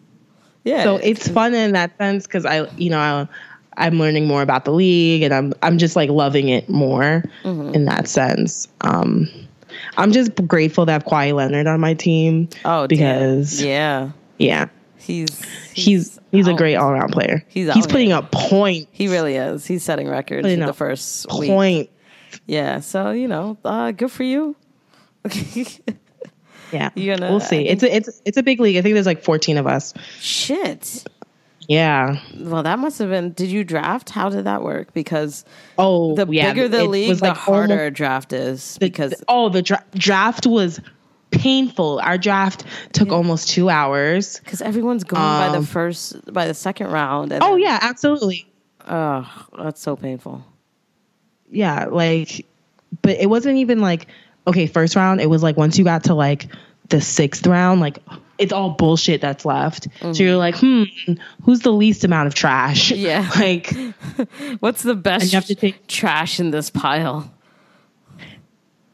[SPEAKER 1] Yeah.
[SPEAKER 3] so it's
[SPEAKER 1] Mm.
[SPEAKER 3] fun in that sense because I, you know, I, I'm learning more about the league and I'm I'm just like loving it more
[SPEAKER 1] Mm-hmm.
[SPEAKER 3] in that sense. Um, I'm just grateful to have Kawhi Leonard on my team.
[SPEAKER 1] oh, damn.
[SPEAKER 3] because yeah.
[SPEAKER 1] yeah. He's
[SPEAKER 3] he's he's a
[SPEAKER 1] out.
[SPEAKER 3] great all around player.
[SPEAKER 1] He's
[SPEAKER 3] He's,
[SPEAKER 1] out
[SPEAKER 3] putting
[SPEAKER 1] here.
[SPEAKER 3] up points.
[SPEAKER 1] He really is. He's setting records
[SPEAKER 3] Putting
[SPEAKER 1] in the
[SPEAKER 3] up
[SPEAKER 1] first week.
[SPEAKER 3] point.
[SPEAKER 1] Yeah. So you know, uh, good for you. <laughs>
[SPEAKER 3] Yeah,
[SPEAKER 1] You're gonna-
[SPEAKER 3] we'll
[SPEAKER 1] I
[SPEAKER 3] see. It's a, it's it's a big league. I think there's like 14 of us.
[SPEAKER 1] Shit.
[SPEAKER 3] Yeah.
[SPEAKER 1] Well, that must have been. Did you draft? How did that work? Because
[SPEAKER 3] Oh,
[SPEAKER 1] the
[SPEAKER 3] yeah,
[SPEAKER 1] bigger the
[SPEAKER 3] it
[SPEAKER 1] league,
[SPEAKER 3] was,
[SPEAKER 1] the
[SPEAKER 3] like,
[SPEAKER 1] harder
[SPEAKER 3] almost-
[SPEAKER 1] a draft is.
[SPEAKER 3] the-
[SPEAKER 1] because
[SPEAKER 3] the- oh the dra- draft was painful. Our draft took almost two hours.
[SPEAKER 1] because everyone's going by the
[SPEAKER 3] Um,
[SPEAKER 1] first by the second round. And
[SPEAKER 3] Oh yeah, absolutely.
[SPEAKER 1] Ugh, that's so painful.
[SPEAKER 3] Yeah, like but it wasn't even like okay, first round, it was like once you got to like the sixth round, like it's all bullshit that's left. So
[SPEAKER 1] Mm-hmm.
[SPEAKER 3] you're like, hmm, who's the least amount of trash?
[SPEAKER 1] <laughs> Yeah.
[SPEAKER 3] <laughs> like
[SPEAKER 1] What's the best
[SPEAKER 3] you have to take-
[SPEAKER 1] trash in this pile?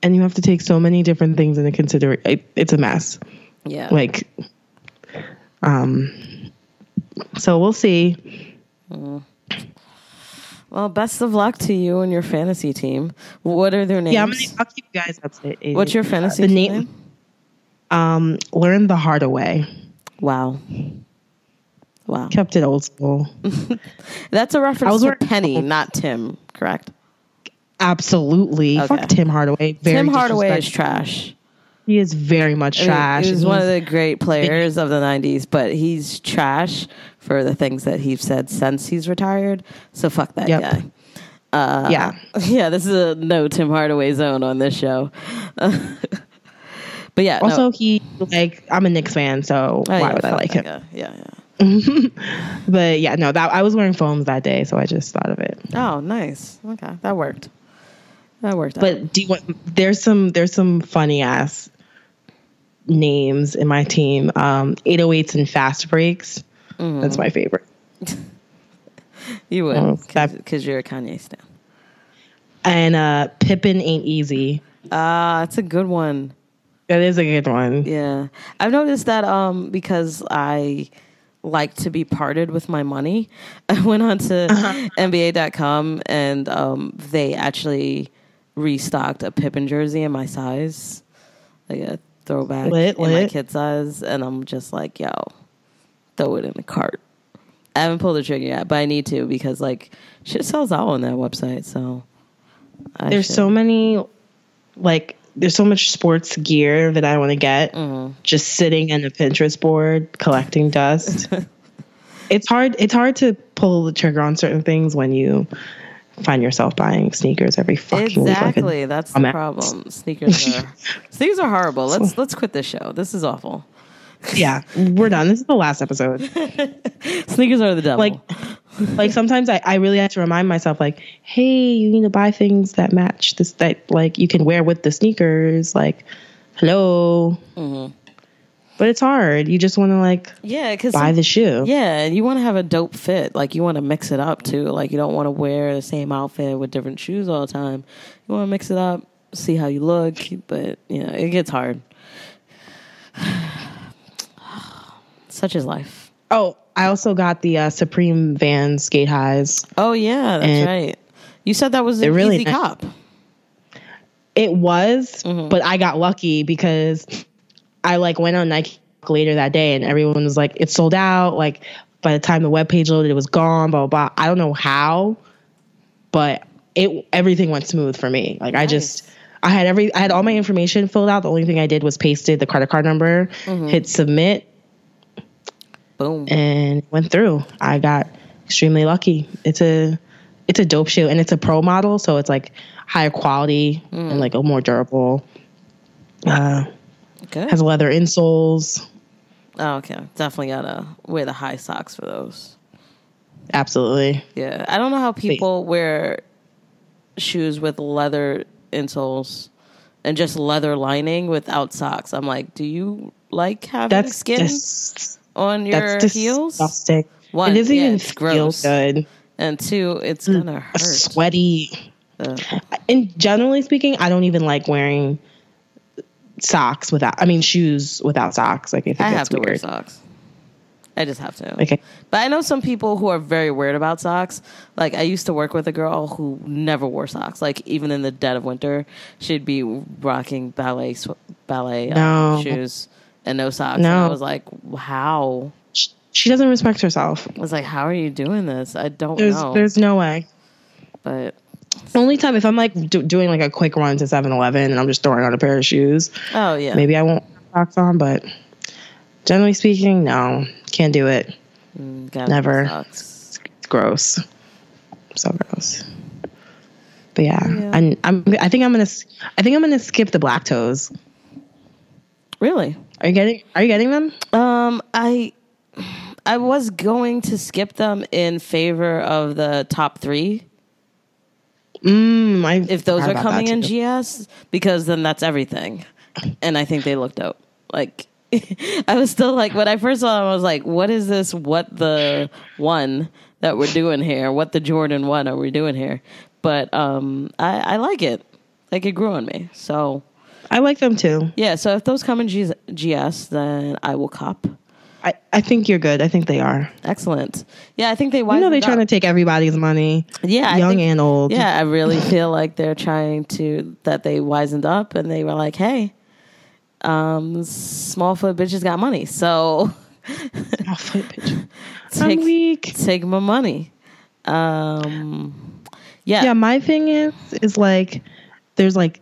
[SPEAKER 3] and you have to take so many different things into consideration. It, it's a mess.
[SPEAKER 1] Yeah.
[SPEAKER 3] Like um so we'll see.
[SPEAKER 1] Well, best of luck to you and your fantasy team. What are their names?
[SPEAKER 3] Yeah, I'm gonna, I'll keep you guys updated.
[SPEAKER 1] What's your fantasy
[SPEAKER 3] the
[SPEAKER 1] team
[SPEAKER 3] name-
[SPEAKER 1] name?
[SPEAKER 3] Um, learn the hard way.
[SPEAKER 1] Wow. Wow.
[SPEAKER 3] Kept it old school.
[SPEAKER 1] That's a reference
[SPEAKER 3] I was
[SPEAKER 1] to
[SPEAKER 3] working-
[SPEAKER 1] Penny, not Tim, correct?
[SPEAKER 3] Absolutely.
[SPEAKER 1] Okay.
[SPEAKER 3] Fuck Tim Hardaway. Very
[SPEAKER 1] Tim Hardaway is
[SPEAKER 3] disrespectful.
[SPEAKER 1] trash.
[SPEAKER 3] He is very much
[SPEAKER 1] I mean,
[SPEAKER 3] trash.
[SPEAKER 1] He was
[SPEAKER 3] and
[SPEAKER 1] one of
[SPEAKER 3] he's-
[SPEAKER 1] the great players of the 90s, but he's trash for the things that he's said since he's retired. So fuck that
[SPEAKER 3] Yep.
[SPEAKER 1] guy. <laughs>
[SPEAKER 3] yeah.
[SPEAKER 1] <laughs> Yeah, this is a no Tim Hardaway zone on this show. but But yeah, no.
[SPEAKER 3] Also, he like I'm a Knicks fan, so
[SPEAKER 1] Oh,
[SPEAKER 3] why
[SPEAKER 1] yeah,
[SPEAKER 3] would I
[SPEAKER 1] fuck
[SPEAKER 3] like
[SPEAKER 1] that
[SPEAKER 3] him?
[SPEAKER 1] guy. Yeah, yeah.
[SPEAKER 3] But yeah, no, that I was wearing foams that day, so I just thought of it.
[SPEAKER 1] Oh, nice. Okay, that worked. That worked. out.
[SPEAKER 3] But do you want? There's some there's some funny ass names in my team. Um, 808s and fast breaks.
[SPEAKER 1] Mm-hmm.
[SPEAKER 3] That's my favorite.
[SPEAKER 1] you
[SPEAKER 3] Oh,
[SPEAKER 1] would,
[SPEAKER 3] that-
[SPEAKER 1] because you're a Kanye stan.
[SPEAKER 3] And uh, Pippin ain't easy.
[SPEAKER 1] Ah, it's a good one.
[SPEAKER 3] That is a good one.
[SPEAKER 1] Yeah, I've noticed that um, because I like to be parted with my money. <laughs> I went on to
[SPEAKER 3] Uh-huh.
[SPEAKER 1] NBA.com and um, they actually restocked a Pippen jersey in my size, like a throwback
[SPEAKER 3] Lit,
[SPEAKER 1] in my
[SPEAKER 3] lit.
[SPEAKER 1] kid's size, and I'm just like, yo, throw it in the cart. I haven't pulled the trigger yet, but I need to because like shit sells out on that website. So I
[SPEAKER 3] there's
[SPEAKER 1] should-
[SPEAKER 3] so many like there's so much sports gear that I want to get
[SPEAKER 1] Mm-hmm.
[SPEAKER 3] just sitting in a Pinterest board collecting dust.
[SPEAKER 1] <laughs>
[SPEAKER 3] it's hard it's hard to pull the trigger on certain things when you find yourself buying sneakers every fucking week.
[SPEAKER 1] Exactly. That's the
[SPEAKER 3] dumbass.
[SPEAKER 1] problem. Sneakers
[SPEAKER 3] <laughs>
[SPEAKER 1] are sneakers are horrible. Let's let's quit this show. This is awful.
[SPEAKER 3] Like a- yeah, we're done. This is the last episode.
[SPEAKER 1] Sneakers are the devil.
[SPEAKER 3] Like like sometimes I, I really have to remind myself like, hey, you need to buy things that match this that like you can wear with the sneakers. Like, hello. But it's hard. You just want to like
[SPEAKER 1] yeah, because
[SPEAKER 3] buy the shoe.
[SPEAKER 1] yeah, and you want to have a dope fit. Like you want to mix it up too. Like you don't want to wear the same outfit with different shoes all the time. You want to mix it up, see how you look. But you know, it gets hard. <sighs> Such is life.
[SPEAKER 3] Oh, I also got the uh, Supreme Van Skate Highs.
[SPEAKER 1] Oh yeah, that's
[SPEAKER 3] And-
[SPEAKER 1] right. You said that was an
[SPEAKER 3] They're really
[SPEAKER 1] easy
[SPEAKER 3] nice.
[SPEAKER 1] cop.
[SPEAKER 3] It was, but I got lucky because I like went on Nike later that day and everyone was like, it's sold out. Like by the time the webpage loaded, it was gone, blah, blah, blah. I don't know how, but it everything went smooth for me. Like I just I had every I had all my information filled out. The only thing I did was pasted the credit card number, hit submit,
[SPEAKER 1] Boom.
[SPEAKER 3] and went through. I got extremely lucky. It's a it's a dope shoe and it's a pro model, so it's like higher quality and like a more durable. Uh,
[SPEAKER 1] Good.
[SPEAKER 3] has leather insoles.
[SPEAKER 1] Oh, okay. Definitely gotta wear the high socks for those.
[SPEAKER 3] Absolutely.
[SPEAKER 1] Yeah. I don't know how people wear shoes with leather insoles and just leather lining without socks. I'm like, do you like having
[SPEAKER 3] That's
[SPEAKER 1] skin
[SPEAKER 3] dis-
[SPEAKER 1] on your
[SPEAKER 3] that's
[SPEAKER 1] heels?
[SPEAKER 3] disgusting.
[SPEAKER 1] One,
[SPEAKER 3] it doesn't
[SPEAKER 1] yeah,
[SPEAKER 3] even
[SPEAKER 1] it's
[SPEAKER 3] feel
[SPEAKER 1] gross.
[SPEAKER 3] good.
[SPEAKER 1] And two, it's gonna
[SPEAKER 3] Mm, A
[SPEAKER 1] hurt.
[SPEAKER 3] sweaty.
[SPEAKER 1] Ugh.
[SPEAKER 3] And generally speaking, I don't even like wearing socks without. I mean, shoes without socks. Like I think
[SPEAKER 1] I have
[SPEAKER 3] that's
[SPEAKER 1] to
[SPEAKER 3] weird.
[SPEAKER 1] wear socks. I just have to.
[SPEAKER 3] Okay.
[SPEAKER 1] But I know some people who are very weird about socks. Like I used to work with a girl who never wore socks. Like even in the dead of winter, she'd be rocking ballet sw- ballet um,
[SPEAKER 3] No.
[SPEAKER 1] shoes and no socks. And
[SPEAKER 3] No.
[SPEAKER 1] I was like, how?
[SPEAKER 3] She, she doesn't respect herself.
[SPEAKER 1] I was like, how are you doing this? I don't
[SPEAKER 3] There's
[SPEAKER 1] know.
[SPEAKER 3] there's no way.
[SPEAKER 1] but
[SPEAKER 3] Only time if I'm like do, doing like a quick run to 7-Eleven and I'm just throwing on a pair of shoes,
[SPEAKER 1] oh yeah,
[SPEAKER 3] maybe I won't have socks on. But generally speaking, no, can't do it.
[SPEAKER 1] Mm, Gotta wear
[SPEAKER 3] never.
[SPEAKER 1] Socks.
[SPEAKER 3] It's gross, so gross. But yeah, and I'm I think I'm gonna s- I think I'm gonna skip the black toes.
[SPEAKER 1] Really?
[SPEAKER 3] Are you getting Are you getting them?
[SPEAKER 1] Um, I I was going to skip them in favor of the top three
[SPEAKER 3] Mm, I
[SPEAKER 1] if those
[SPEAKER 3] forgot
[SPEAKER 1] are
[SPEAKER 3] about that
[SPEAKER 1] coming in
[SPEAKER 3] too.
[SPEAKER 1] GS because then that's everything. And I think they look dope. Like <laughs> I was still like when I first saw them, I was like, "What is this? What the one that we're doing here? What the Jordan one are we doing here?" But um, I, I like it. Like it grew on me. So
[SPEAKER 3] I like them too.
[SPEAKER 1] yeah. So if those come in G's GS, then I will cop.
[SPEAKER 3] I, I think you're good. I think they are.
[SPEAKER 1] Excellent. Yeah, I think they.
[SPEAKER 3] I know
[SPEAKER 1] wisened
[SPEAKER 3] they're
[SPEAKER 1] up.
[SPEAKER 3] trying to take everybody's money.
[SPEAKER 1] yeah, I
[SPEAKER 3] young
[SPEAKER 1] think-
[SPEAKER 3] and old. <laughs>
[SPEAKER 1] Yeah, I really feel like they're trying to that they wisened up and they were like, "Hey, um, small foot bitches got money, so <laughs>
[SPEAKER 3] Oh, flip it. I'm
[SPEAKER 1] take
[SPEAKER 3] weak.
[SPEAKER 1] take my money." Um, yeah,
[SPEAKER 3] yeah my thing is is like there's like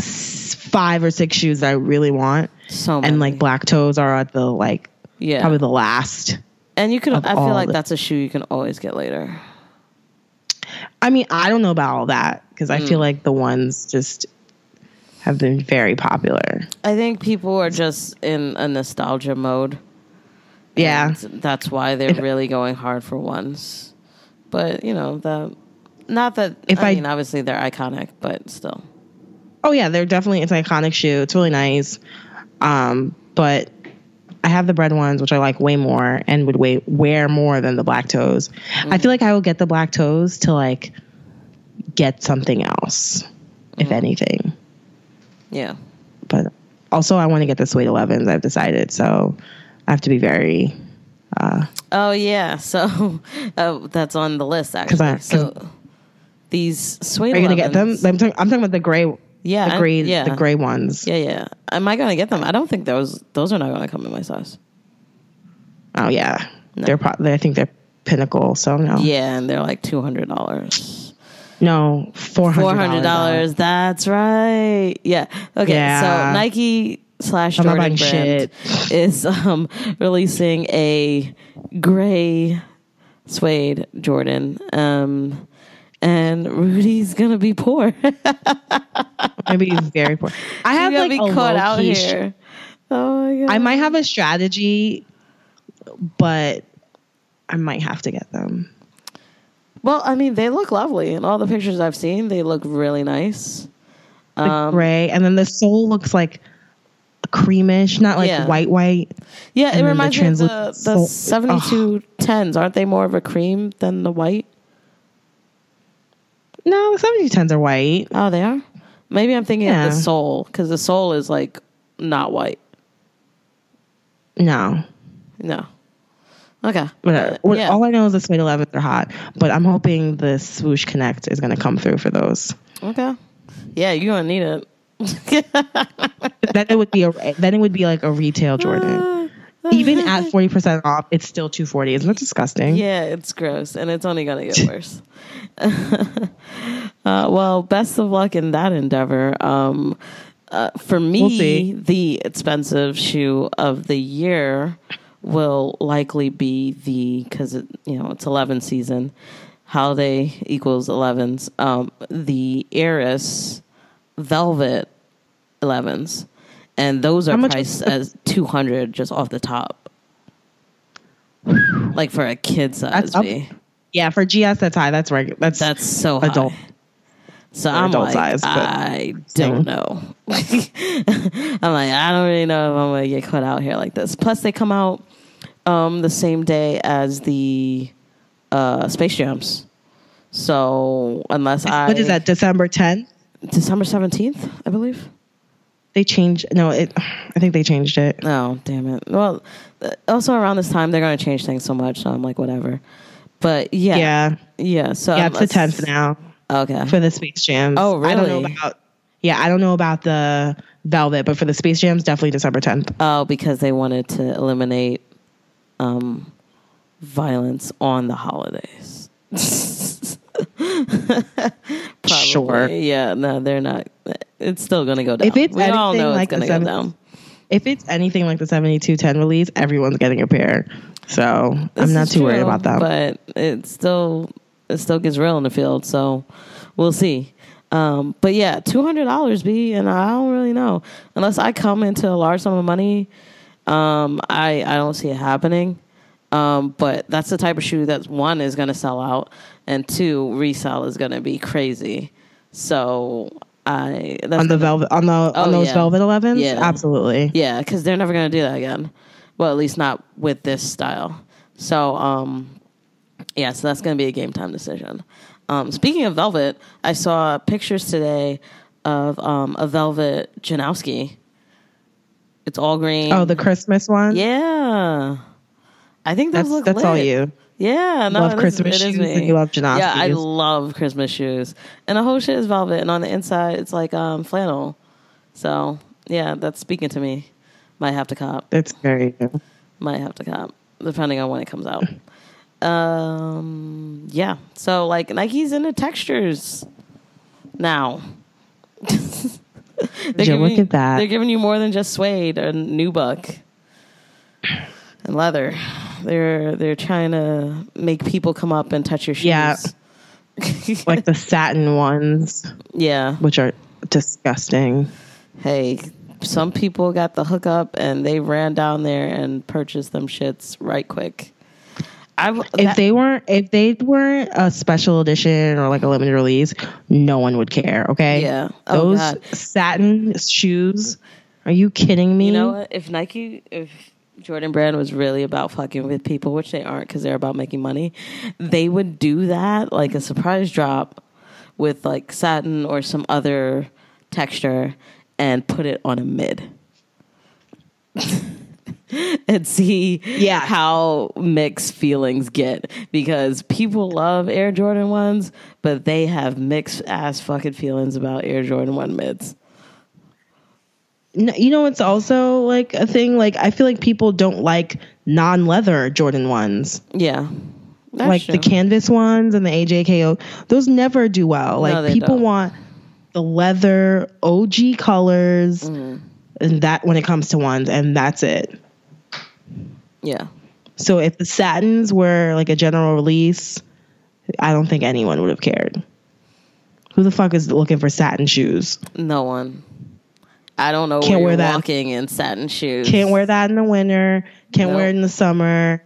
[SPEAKER 3] s- five or six shoes that i really want
[SPEAKER 1] so many.
[SPEAKER 3] and like black toes are at the like
[SPEAKER 1] yeah,
[SPEAKER 3] probably the last
[SPEAKER 1] and you could. I feel
[SPEAKER 3] all
[SPEAKER 1] like
[SPEAKER 3] the-
[SPEAKER 1] that's a shoe you can always get later.
[SPEAKER 3] i mean i don't know about all that because i feel like the ones just have been very popular.
[SPEAKER 1] I think people are just in a nostalgia mode.
[SPEAKER 3] Yeah.
[SPEAKER 1] And that's why they're really going hard for ones. But you know the, not that
[SPEAKER 3] If
[SPEAKER 1] I,
[SPEAKER 3] I-
[SPEAKER 1] mean obviously they're iconic, but still.
[SPEAKER 3] Oh yeah, they're definitely it's an iconic shoe. It's really nice. Um, but I have the bread ones, which I like way more and would way, wear more than the black toes. I feel like I will get the black toes to like get something else, if anything.
[SPEAKER 1] Yeah.
[SPEAKER 3] But also, I want to get the suede 11s. I've decided, so I have to be very
[SPEAKER 1] Oh yeah, so <laughs> uh, that's on the list actually.
[SPEAKER 3] 'Cause I- 'cause-
[SPEAKER 1] so these sweet.
[SPEAKER 3] Are you gonna get them? I'm talking, I'm talking about the gray,
[SPEAKER 1] Yeah,
[SPEAKER 3] the
[SPEAKER 1] I-
[SPEAKER 3] gray,
[SPEAKER 1] yeah.
[SPEAKER 3] the gray ones.
[SPEAKER 1] Yeah, yeah. Am I gonna get them? I don't think those those are not gonna come in my size.
[SPEAKER 3] Oh yeah, they're probably. I think they're pinnacle. So no,
[SPEAKER 1] Yeah, and they're like two hundred dollars.
[SPEAKER 3] no, four
[SPEAKER 1] Four
[SPEAKER 3] hundred
[SPEAKER 1] hundred dollars. That's right. Yeah. Okay.
[SPEAKER 3] Yeah.
[SPEAKER 1] So Nike slash
[SPEAKER 3] I'm not
[SPEAKER 1] Jordan brand
[SPEAKER 3] buying
[SPEAKER 1] is um, releasing a gray suede Jordan, um, and Rudy's gonna be poor. <laughs>
[SPEAKER 3] Maybe he's very poor. I
[SPEAKER 1] I'm
[SPEAKER 3] have
[SPEAKER 1] gonna
[SPEAKER 3] like
[SPEAKER 1] be
[SPEAKER 3] a
[SPEAKER 1] caught
[SPEAKER 3] low
[SPEAKER 1] out
[SPEAKER 3] key.
[SPEAKER 1] here. Oh my god.
[SPEAKER 3] I might have a strategy, but I might have to get them.
[SPEAKER 1] well, I mean, they look lovely in all the pictures I've seen. They look really nice.
[SPEAKER 3] The
[SPEAKER 1] Um,
[SPEAKER 3] gray, and then the sole looks like creamish, not like
[SPEAKER 1] Yeah.
[SPEAKER 3] white white.
[SPEAKER 1] Yeah, it
[SPEAKER 3] then the
[SPEAKER 1] reminds me of the, oh,
[SPEAKER 3] translucent
[SPEAKER 1] the
[SPEAKER 3] salt-
[SPEAKER 1] 72 tens. Aren't they more of a cream than the white?
[SPEAKER 3] No, some of these tens are white.
[SPEAKER 1] Oh, they are? Maybe I'm thinking
[SPEAKER 3] Yeah.
[SPEAKER 1] of the soul because the soul is like not white.
[SPEAKER 3] No,
[SPEAKER 1] No. Okay.
[SPEAKER 3] whatever.
[SPEAKER 1] Uh,
[SPEAKER 3] What-
[SPEAKER 1] yeah.
[SPEAKER 3] All I know is the suede 11s are hot, but I'm hoping the swoosh connect is going to come through for those.
[SPEAKER 1] okay. Yeah, you're going to need it. <laughs>
[SPEAKER 3] then it would be a then it would be like a retail Jordan. Even at forty percent off, it's still two forty. Isn't that disgusting?
[SPEAKER 1] Yeah, it's gross and it's only going to get worse. <laughs> uh, well, best of luck in that endeavor. Um, uh, for me,
[SPEAKER 3] see.
[SPEAKER 1] the expensive shoe of the year will likely be the because it you know it's 11 season holiday equals 11s um the eris velvet 11s and those are
[SPEAKER 3] much-
[SPEAKER 1] priced as 200 just off the top like for a kid size
[SPEAKER 3] up.
[SPEAKER 1] B.
[SPEAKER 3] Yeah, for GS that's high. That's right. That's
[SPEAKER 1] That's so high.
[SPEAKER 3] Adult.
[SPEAKER 1] So I'm
[SPEAKER 3] adult
[SPEAKER 1] like,
[SPEAKER 3] size, but
[SPEAKER 1] I don't
[SPEAKER 3] same.
[SPEAKER 1] know. <laughs> I'm like, I don't really know if I'm gonna get caught out here like this. Plus, they come out um, the same day as the uh, Space Jams. So unless I
[SPEAKER 3] what is that? December tenth.
[SPEAKER 1] December seventeenth, I believe.
[SPEAKER 3] They changed. No, it. I think they changed it.
[SPEAKER 1] Oh, damn it. Well, uh, also around this time, they're going to change things so much. So I'm like, whatever. But yeah.
[SPEAKER 3] Yeah,
[SPEAKER 1] Yeah. So
[SPEAKER 3] yeah. It's the
[SPEAKER 1] unless-
[SPEAKER 3] tenth now
[SPEAKER 1] Okay.
[SPEAKER 3] for the Space Jams.
[SPEAKER 1] Oh,
[SPEAKER 3] I don't know
[SPEAKER 1] really?
[SPEAKER 3] about. Yeah, I don't know about the Velvet, but for the Space Jams, definitely December tenth.
[SPEAKER 1] Oh, because they wanted to eliminate um, violence on the holidays. Probably.
[SPEAKER 3] Sure.
[SPEAKER 1] Yeah, no, they're not. It's still going to go down.
[SPEAKER 3] If it's
[SPEAKER 1] we all
[SPEAKER 3] anything
[SPEAKER 1] know
[SPEAKER 3] like the
[SPEAKER 1] it's going to go
[SPEAKER 3] 70s,
[SPEAKER 1] down.
[SPEAKER 3] If it's anything like the seventy two ten release, everyone's getting a pair. So
[SPEAKER 1] This
[SPEAKER 3] I'm not
[SPEAKER 1] is
[SPEAKER 3] too worried
[SPEAKER 1] true,
[SPEAKER 3] about that.
[SPEAKER 1] But it still it still gets real in the field, so we'll see. Um, but yeah, two hundred dollars B and I don't really know. Unless I come into a large sum of money, um, I, I don't see it happening. Um, but that's the type of shoe that one is gonna sell out and two resell is gonna be crazy. So I that's
[SPEAKER 3] on the
[SPEAKER 1] gonna-
[SPEAKER 3] velvet on the
[SPEAKER 1] Oh,
[SPEAKER 3] on those
[SPEAKER 1] yeah.
[SPEAKER 3] velvet 11s
[SPEAKER 1] Yeah.
[SPEAKER 3] absolutely
[SPEAKER 1] yeah, because they're never gonna do that again. Well, at least not with this style. So, um, yeah, so that's gonna be a game time decision. Um, speaking of velvet, I saw pictures today of um, a velvet Janowski. It's all green.
[SPEAKER 3] oh the christmas one
[SPEAKER 1] yeah. I think those
[SPEAKER 3] that's
[SPEAKER 1] look
[SPEAKER 3] that's all
[SPEAKER 1] lit.
[SPEAKER 3] you
[SPEAKER 1] Yeah, no,
[SPEAKER 3] love
[SPEAKER 1] it is-
[SPEAKER 3] Christmas
[SPEAKER 1] it is
[SPEAKER 3] shoes and
[SPEAKER 1] me.
[SPEAKER 3] you love
[SPEAKER 1] Yeah, I
[SPEAKER 3] Janoskis.
[SPEAKER 1] love Christmas shoes, and the whole shit is velvet, and on the inside it's like um, flannel. So yeah, that's speaking to me. Might have to cop.
[SPEAKER 3] that's very you.
[SPEAKER 1] Might have to cop, depending on when it comes out.
[SPEAKER 3] <laughs>
[SPEAKER 1] Um, yeah. So like Nike's into textures now. <laughs> They're
[SPEAKER 3] Yeah,
[SPEAKER 1] giving
[SPEAKER 3] look
[SPEAKER 1] you-
[SPEAKER 3] at that.
[SPEAKER 1] They're giving you more than just suede or nubuck and leather. They're they're trying to make people come up and touch your shoes.
[SPEAKER 3] Yeah. like the satin ones
[SPEAKER 1] <laughs> yeah.
[SPEAKER 3] which are disgusting
[SPEAKER 1] hey, some people got the hookup and they ran down there and purchased them shits right quick. I w-
[SPEAKER 3] If
[SPEAKER 1] that-
[SPEAKER 3] they weren't, if they weren't a special edition or like a limited release, no one would care. Okay.
[SPEAKER 1] Yeah. Oh,
[SPEAKER 3] Those
[SPEAKER 1] God.
[SPEAKER 3] satin shoes. Are you kidding me?
[SPEAKER 1] you know what? If Nike, if Jordan Brand was really about fucking with people, which they aren't because they're about making money, they would do that like a surprise drop with like satin or some other texture and put it on a mid. <laughs> and see
[SPEAKER 3] Yeah.
[SPEAKER 1] how mixed feelings get because people love Air Jordan 1s, but they have mixed ass fucking feelings about Air Jordan 1 mids.
[SPEAKER 3] No, you know it's also like a thing. Like I feel like people don't like non-leather Jordan ones,
[SPEAKER 1] Yeah. That's
[SPEAKER 3] like the
[SPEAKER 1] true.
[SPEAKER 3] canvas ones and the AJKO. Those never do well. Like
[SPEAKER 1] they
[SPEAKER 3] people
[SPEAKER 1] don't.
[SPEAKER 3] want the leather OG colors,
[SPEAKER 1] Mm.
[SPEAKER 3] and that when it comes to ones, and that's it.
[SPEAKER 1] Yeah.
[SPEAKER 3] So if the satins were like a general release, I don't think anyone would have cared. Who the fuck is looking for satin shoes?
[SPEAKER 1] No one. I don't know.
[SPEAKER 3] Can't
[SPEAKER 1] where
[SPEAKER 3] wear
[SPEAKER 1] you're
[SPEAKER 3] that.
[SPEAKER 1] Walking in satin shoes.
[SPEAKER 3] Can't wear that in the winter. Can't
[SPEAKER 1] Nope.
[SPEAKER 3] wear it in the summer.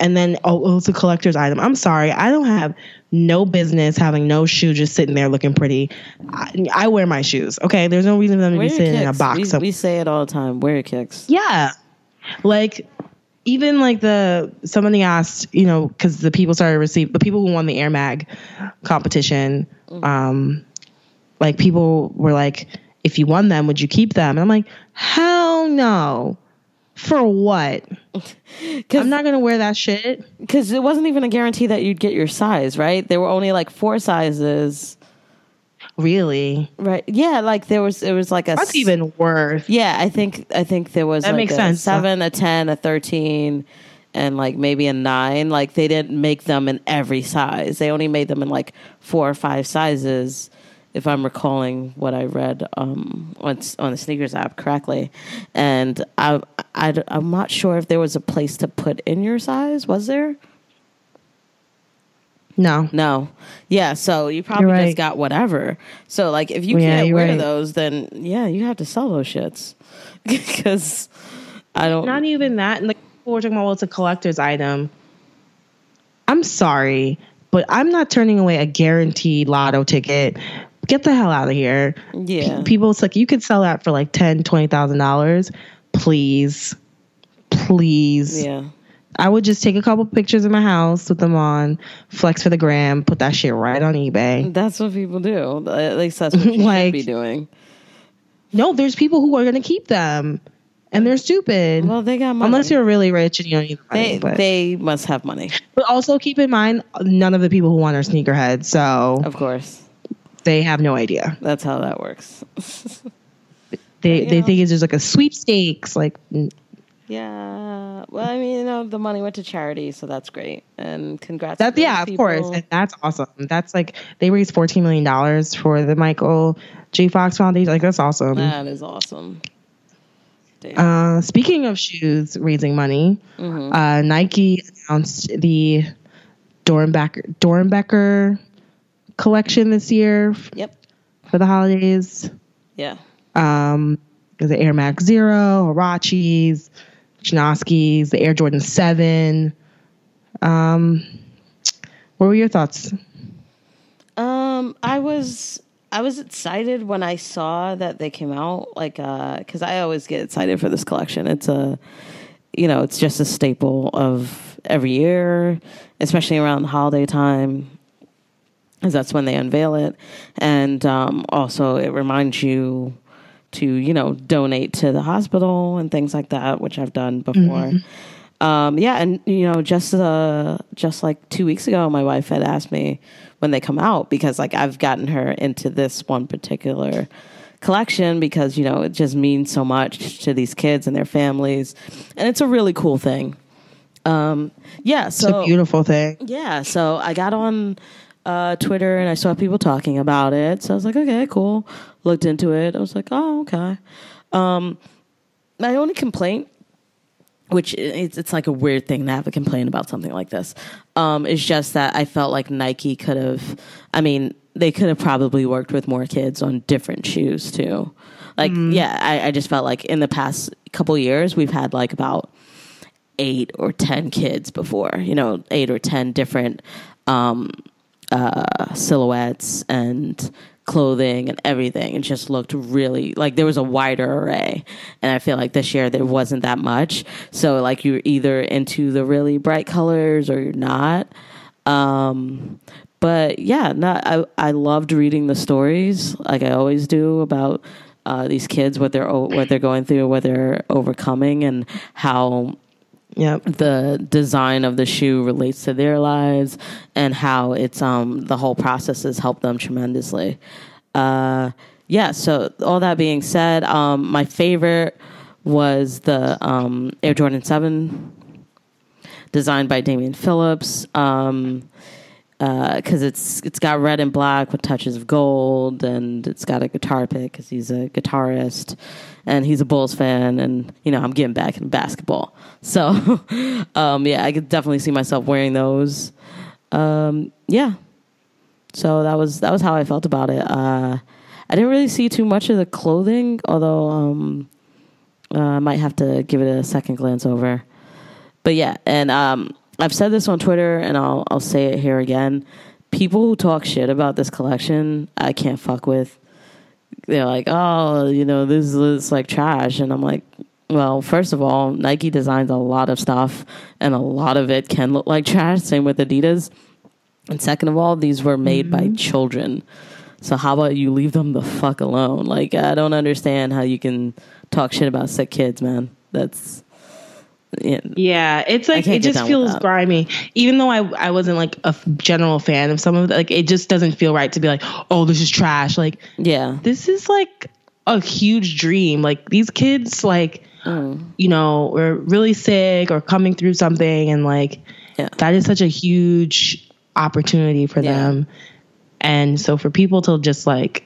[SPEAKER 3] And then oh, oh, it's a collector's item. I'm sorry, I don't have no business having no shoe just sitting there looking pretty. I, I wear my shoes. Okay, there's no reason for them to
[SPEAKER 1] Wear
[SPEAKER 3] be
[SPEAKER 1] your
[SPEAKER 3] sitting in a
[SPEAKER 1] kicks.
[SPEAKER 3] box.
[SPEAKER 1] We,
[SPEAKER 3] some-
[SPEAKER 1] we say it all the time. Wear your kicks.
[SPEAKER 3] yeah, like even like the somebody asked, you know, because the people started to receive the people who won the Air Mag competition. Um, like people were like, if you won them, would you keep them? And I'm like, hell no. For what? I'm not gonna wear that shit.
[SPEAKER 1] Because it wasn't even a guarantee that you'd get your size, right? There were only like four sizes,
[SPEAKER 3] Really?
[SPEAKER 1] right? Yeah, like there was. It was like a.
[SPEAKER 3] That's
[SPEAKER 1] s-
[SPEAKER 3] even worse.
[SPEAKER 1] Yeah, I think I think there was
[SPEAKER 3] That
[SPEAKER 1] like
[SPEAKER 3] makes
[SPEAKER 1] a
[SPEAKER 3] sense, though.
[SPEAKER 1] seven, a ten, a thirteen, and like maybe a nine. Like they didn't make them in every size. They only made them in like four or five sizes, if I'm recalling what I read um, on s- on the sneakers app correctly. And I, I I'm not sure if there was a place to put in your size. Was there?
[SPEAKER 3] No.
[SPEAKER 1] No. Yeah, so you probably
[SPEAKER 3] You're right.
[SPEAKER 1] just got whatever. So like if you
[SPEAKER 3] Yeah,
[SPEAKER 1] can't
[SPEAKER 3] you're
[SPEAKER 1] wear
[SPEAKER 3] right.
[SPEAKER 1] those then yeah, you have to sell those shits. <laughs> Cuz I don't
[SPEAKER 3] Not even that. And like people were talking about, well, it's a collector's item. I'm sorry, but I'm not turning away a guaranteed lotto ticket. Get the hell out of here.
[SPEAKER 1] yeah.
[SPEAKER 3] Pe- people, it's like you could sell that for like ten, twenty thousand dollars. Please. Please.
[SPEAKER 1] yeah.
[SPEAKER 3] I would just take a couple pictures of my house with them on, flex for the gram, put that shit right on eBay.
[SPEAKER 1] That's what people do. At least
[SPEAKER 3] <laughs>
[SPEAKER 1] that's what you should
[SPEAKER 3] Like-
[SPEAKER 1] be doing.
[SPEAKER 3] No, there's people who are gonna keep them. And they're stupid.
[SPEAKER 1] Well, they got money.
[SPEAKER 3] Unless you're really rich and you don't need the money.
[SPEAKER 1] they,
[SPEAKER 3] but.
[SPEAKER 1] they must have money,
[SPEAKER 3] But also keep in mind, none of the people who want are sneakerheads, so
[SPEAKER 1] of course.
[SPEAKER 3] they have no idea.
[SPEAKER 1] That's how that works. <laughs>
[SPEAKER 3] They
[SPEAKER 1] Yeah.
[SPEAKER 3] they think it's just like a sweepstakes. Like, n-
[SPEAKER 1] yeah. Well, I mean, you know, the money went to charity, so that's great. And congrats.
[SPEAKER 3] that's
[SPEAKER 1] to those
[SPEAKER 3] yeah, of
[SPEAKER 1] people.
[SPEAKER 3] course, and that's awesome. That's like they raised fourteen million dollars for the Michael J. Fox Foundation. Like, that's awesome.
[SPEAKER 1] That is awesome. Damn.
[SPEAKER 3] Uh, speaking of shoes raising money,
[SPEAKER 1] Mm-hmm.
[SPEAKER 3] uh, Nike announced the Dornbecker Dornbecker collection this year f-
[SPEAKER 1] yep.
[SPEAKER 3] for the holidays.
[SPEAKER 1] Yeah.
[SPEAKER 3] um, the Air Max Zero, Harachis, Chinoskis, the Air Jordan Seven. Um, what were your thoughts?
[SPEAKER 1] Um, I was I was excited when I saw that they came out, like, uh, because I always get excited for this collection. It's a, you know, it's just a staple of every year, especially around the holiday time. because that's when they unveil it. And um, also, it reminds you to, you know, donate to the hospital and things like that, which I've done before.
[SPEAKER 3] Mm-hmm.
[SPEAKER 1] Um, yeah, and you know, just uh, just like two weeks ago, my wife had asked me when they come out because like I've gotten her into this one particular collection because you know it just means so much to these kids and their families, and it's a really cool thing. Um, yeah, so
[SPEAKER 3] It's a beautiful thing.
[SPEAKER 1] yeah, so I got on uh, Twitter and I saw people talking about it. So I was like, okay, cool. Looked into it. I was like, oh, okay. Um, my only complaint, which i- it's, it's like a weird thing to have a complaint about something like this, um, is just that I felt like Nike could have, I mean, they could have probably worked with more kids on different shoes too. Like, yeah, I, I just felt like in the past couple years, we've had like about eight or 10 kids before, you know, eight or 10 different um, uh, silhouettes and clothing and everything. It just looked really like there was a wider array. And I feel like this year there wasn't that much. So, like, you're either into the really bright colors or you're not. Um, but yeah, no, I, I loved reading the stories like I always do about uh, these kids, what they're, o- what they're going through, what they're overcoming and how
[SPEAKER 3] Yep.
[SPEAKER 1] the design of the shoe relates to their lives and how it's um the whole process has helped them tremendously. Uh yeah, so all that being said, um my favorite was the um Air Jordan 7 designed by Damian Phillips. Um because uh, it's it's got red and black with touches of gold, and it's got a guitar pick because he's a guitarist, and he's a Bulls fan, and you know I'm getting back in basketball, <laughs> so um, yeah, I could definitely see myself wearing those. Um, yeah, so that was that was how I felt about it. Uh, I didn't really see too much of the clothing, although um, uh, I might have to give it a second glance over but yeah, and um, I've said this on Twitter, and I'll I'll say it here again. People who talk shit about this collection, I can't fuck with. They're like, oh, you know, this is like trash, and I'm like, well, first of all, Nike designs a lot of stuff, and a lot of it can look like trash. Same with Adidas. And second of all, these were made by children. So how about you leave them the fuck alone? Like I don't understand how you can talk shit about sick kids, man. That's yeah,
[SPEAKER 3] Yeah, it's like
[SPEAKER 1] can't
[SPEAKER 3] it
[SPEAKER 1] get
[SPEAKER 3] just
[SPEAKER 1] down with
[SPEAKER 3] feels
[SPEAKER 1] that.
[SPEAKER 3] grimy. Even though I I wasn't like a f- general fan of some of the, like it just doesn't feel right to be like, "Oh, this is trash." Like
[SPEAKER 1] yeah.
[SPEAKER 3] this is like a huge dream. Like these kids like
[SPEAKER 1] Mm.
[SPEAKER 3] you know, were really sick or coming through something and like
[SPEAKER 1] Yeah.
[SPEAKER 3] that is such a huge opportunity for
[SPEAKER 1] Yeah.
[SPEAKER 3] them. And so for people to just like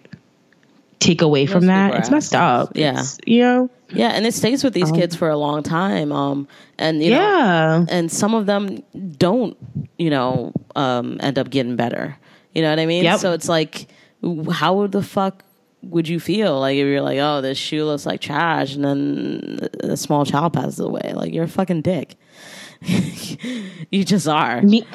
[SPEAKER 3] take away from that,
[SPEAKER 1] people
[SPEAKER 3] it's
[SPEAKER 1] are
[SPEAKER 3] messed up.
[SPEAKER 1] Yeah.
[SPEAKER 3] It's, you know?
[SPEAKER 1] Yeah, and it stays with these kids for a long time. Um, and you know,
[SPEAKER 3] Um, yeah.
[SPEAKER 1] and some of them don't, you know, um, end up getting better. You know what I mean?
[SPEAKER 3] Yep.
[SPEAKER 1] So it's like, w- how the fuck would you feel like if you're like, oh, this shoe looks like trash, and then a small child passes away? Like you're a fucking dick. <laughs> you just are.
[SPEAKER 3] Me-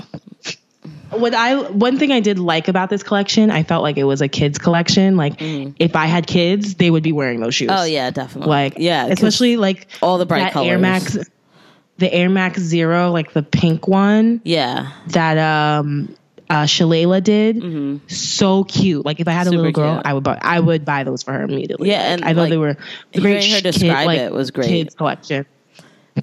[SPEAKER 3] what I one thing I did like about this collection, I felt like it was a kids collection. Like if I had kids, they would be wearing those shoes.
[SPEAKER 1] Mm. Oh yeah, definitely.
[SPEAKER 3] Like
[SPEAKER 1] yeah, 'cause
[SPEAKER 3] especially like
[SPEAKER 1] all the bright
[SPEAKER 3] that Air
[SPEAKER 1] colors.
[SPEAKER 3] Max the Air Max Zero, like the pink one.
[SPEAKER 1] Yeah,
[SPEAKER 3] that um uh Shalala did. So cute. Like if I had a
[SPEAKER 1] Mm-hmm. Super
[SPEAKER 3] little girl,
[SPEAKER 1] cute.
[SPEAKER 3] I would buy I would buy those for her immediately.
[SPEAKER 1] Yeah,
[SPEAKER 3] Like,
[SPEAKER 1] and,
[SPEAKER 3] I thought
[SPEAKER 1] like,
[SPEAKER 3] they were the
[SPEAKER 1] hearing
[SPEAKER 3] great
[SPEAKER 1] her
[SPEAKER 3] kid,
[SPEAKER 1] describe
[SPEAKER 3] like,
[SPEAKER 1] it was great.
[SPEAKER 3] Kids collection.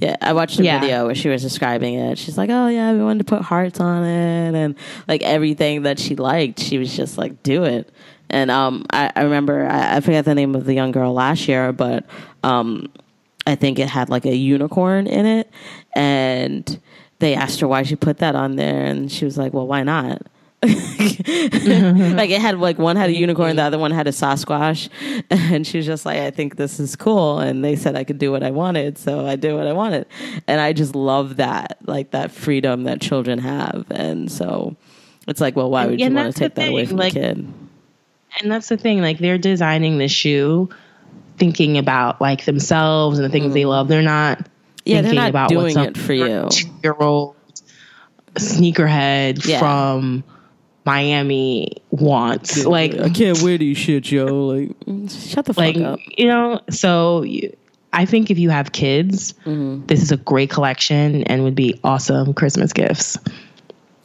[SPEAKER 1] Yeah, I watched a
[SPEAKER 3] Yeah.
[SPEAKER 1] video where she was describing it. She's like, "Oh yeah, we wanted to put hearts on it, and like everything that she liked, she was just like, do it." And um, I, I remember I, I forget the name of the young girl last year, but um, I think it had like a unicorn in it, and they asked her why she put that on there, and she was like, "Well, why not?" <laughs>
[SPEAKER 3] Mm-hmm.
[SPEAKER 1] like it had like one had a unicorn, the other one had a Sasquatch, <laughs> and she was just like, "I think this is cool." And they said I could do what I wanted, so I did what I wanted, and I just love that, like that freedom that children have, and so it's like, well, why would you
[SPEAKER 3] and
[SPEAKER 1] want
[SPEAKER 3] that's
[SPEAKER 1] to
[SPEAKER 3] the
[SPEAKER 1] take that away
[SPEAKER 3] thing,
[SPEAKER 1] from
[SPEAKER 3] like-
[SPEAKER 1] the kid?
[SPEAKER 3] And that's the thing, like they're designing this shoe thinking about like themselves and the things they love. They're not
[SPEAKER 1] Mm-hmm. Yeah, they're
[SPEAKER 3] thinking
[SPEAKER 1] not
[SPEAKER 3] about
[SPEAKER 1] doing
[SPEAKER 3] what
[SPEAKER 1] it for you.
[SPEAKER 3] year old sneakerhead
[SPEAKER 1] Yeah.
[SPEAKER 3] from Miami wants. like
[SPEAKER 1] can't wear these shit,
[SPEAKER 3] <laughs>
[SPEAKER 1] yo. Like, shut the fuck
[SPEAKER 3] like
[SPEAKER 1] up.
[SPEAKER 3] you know so you, i think if you have kids
[SPEAKER 1] Mm-hmm.
[SPEAKER 3] this is a great collection and would be awesome christmas gifts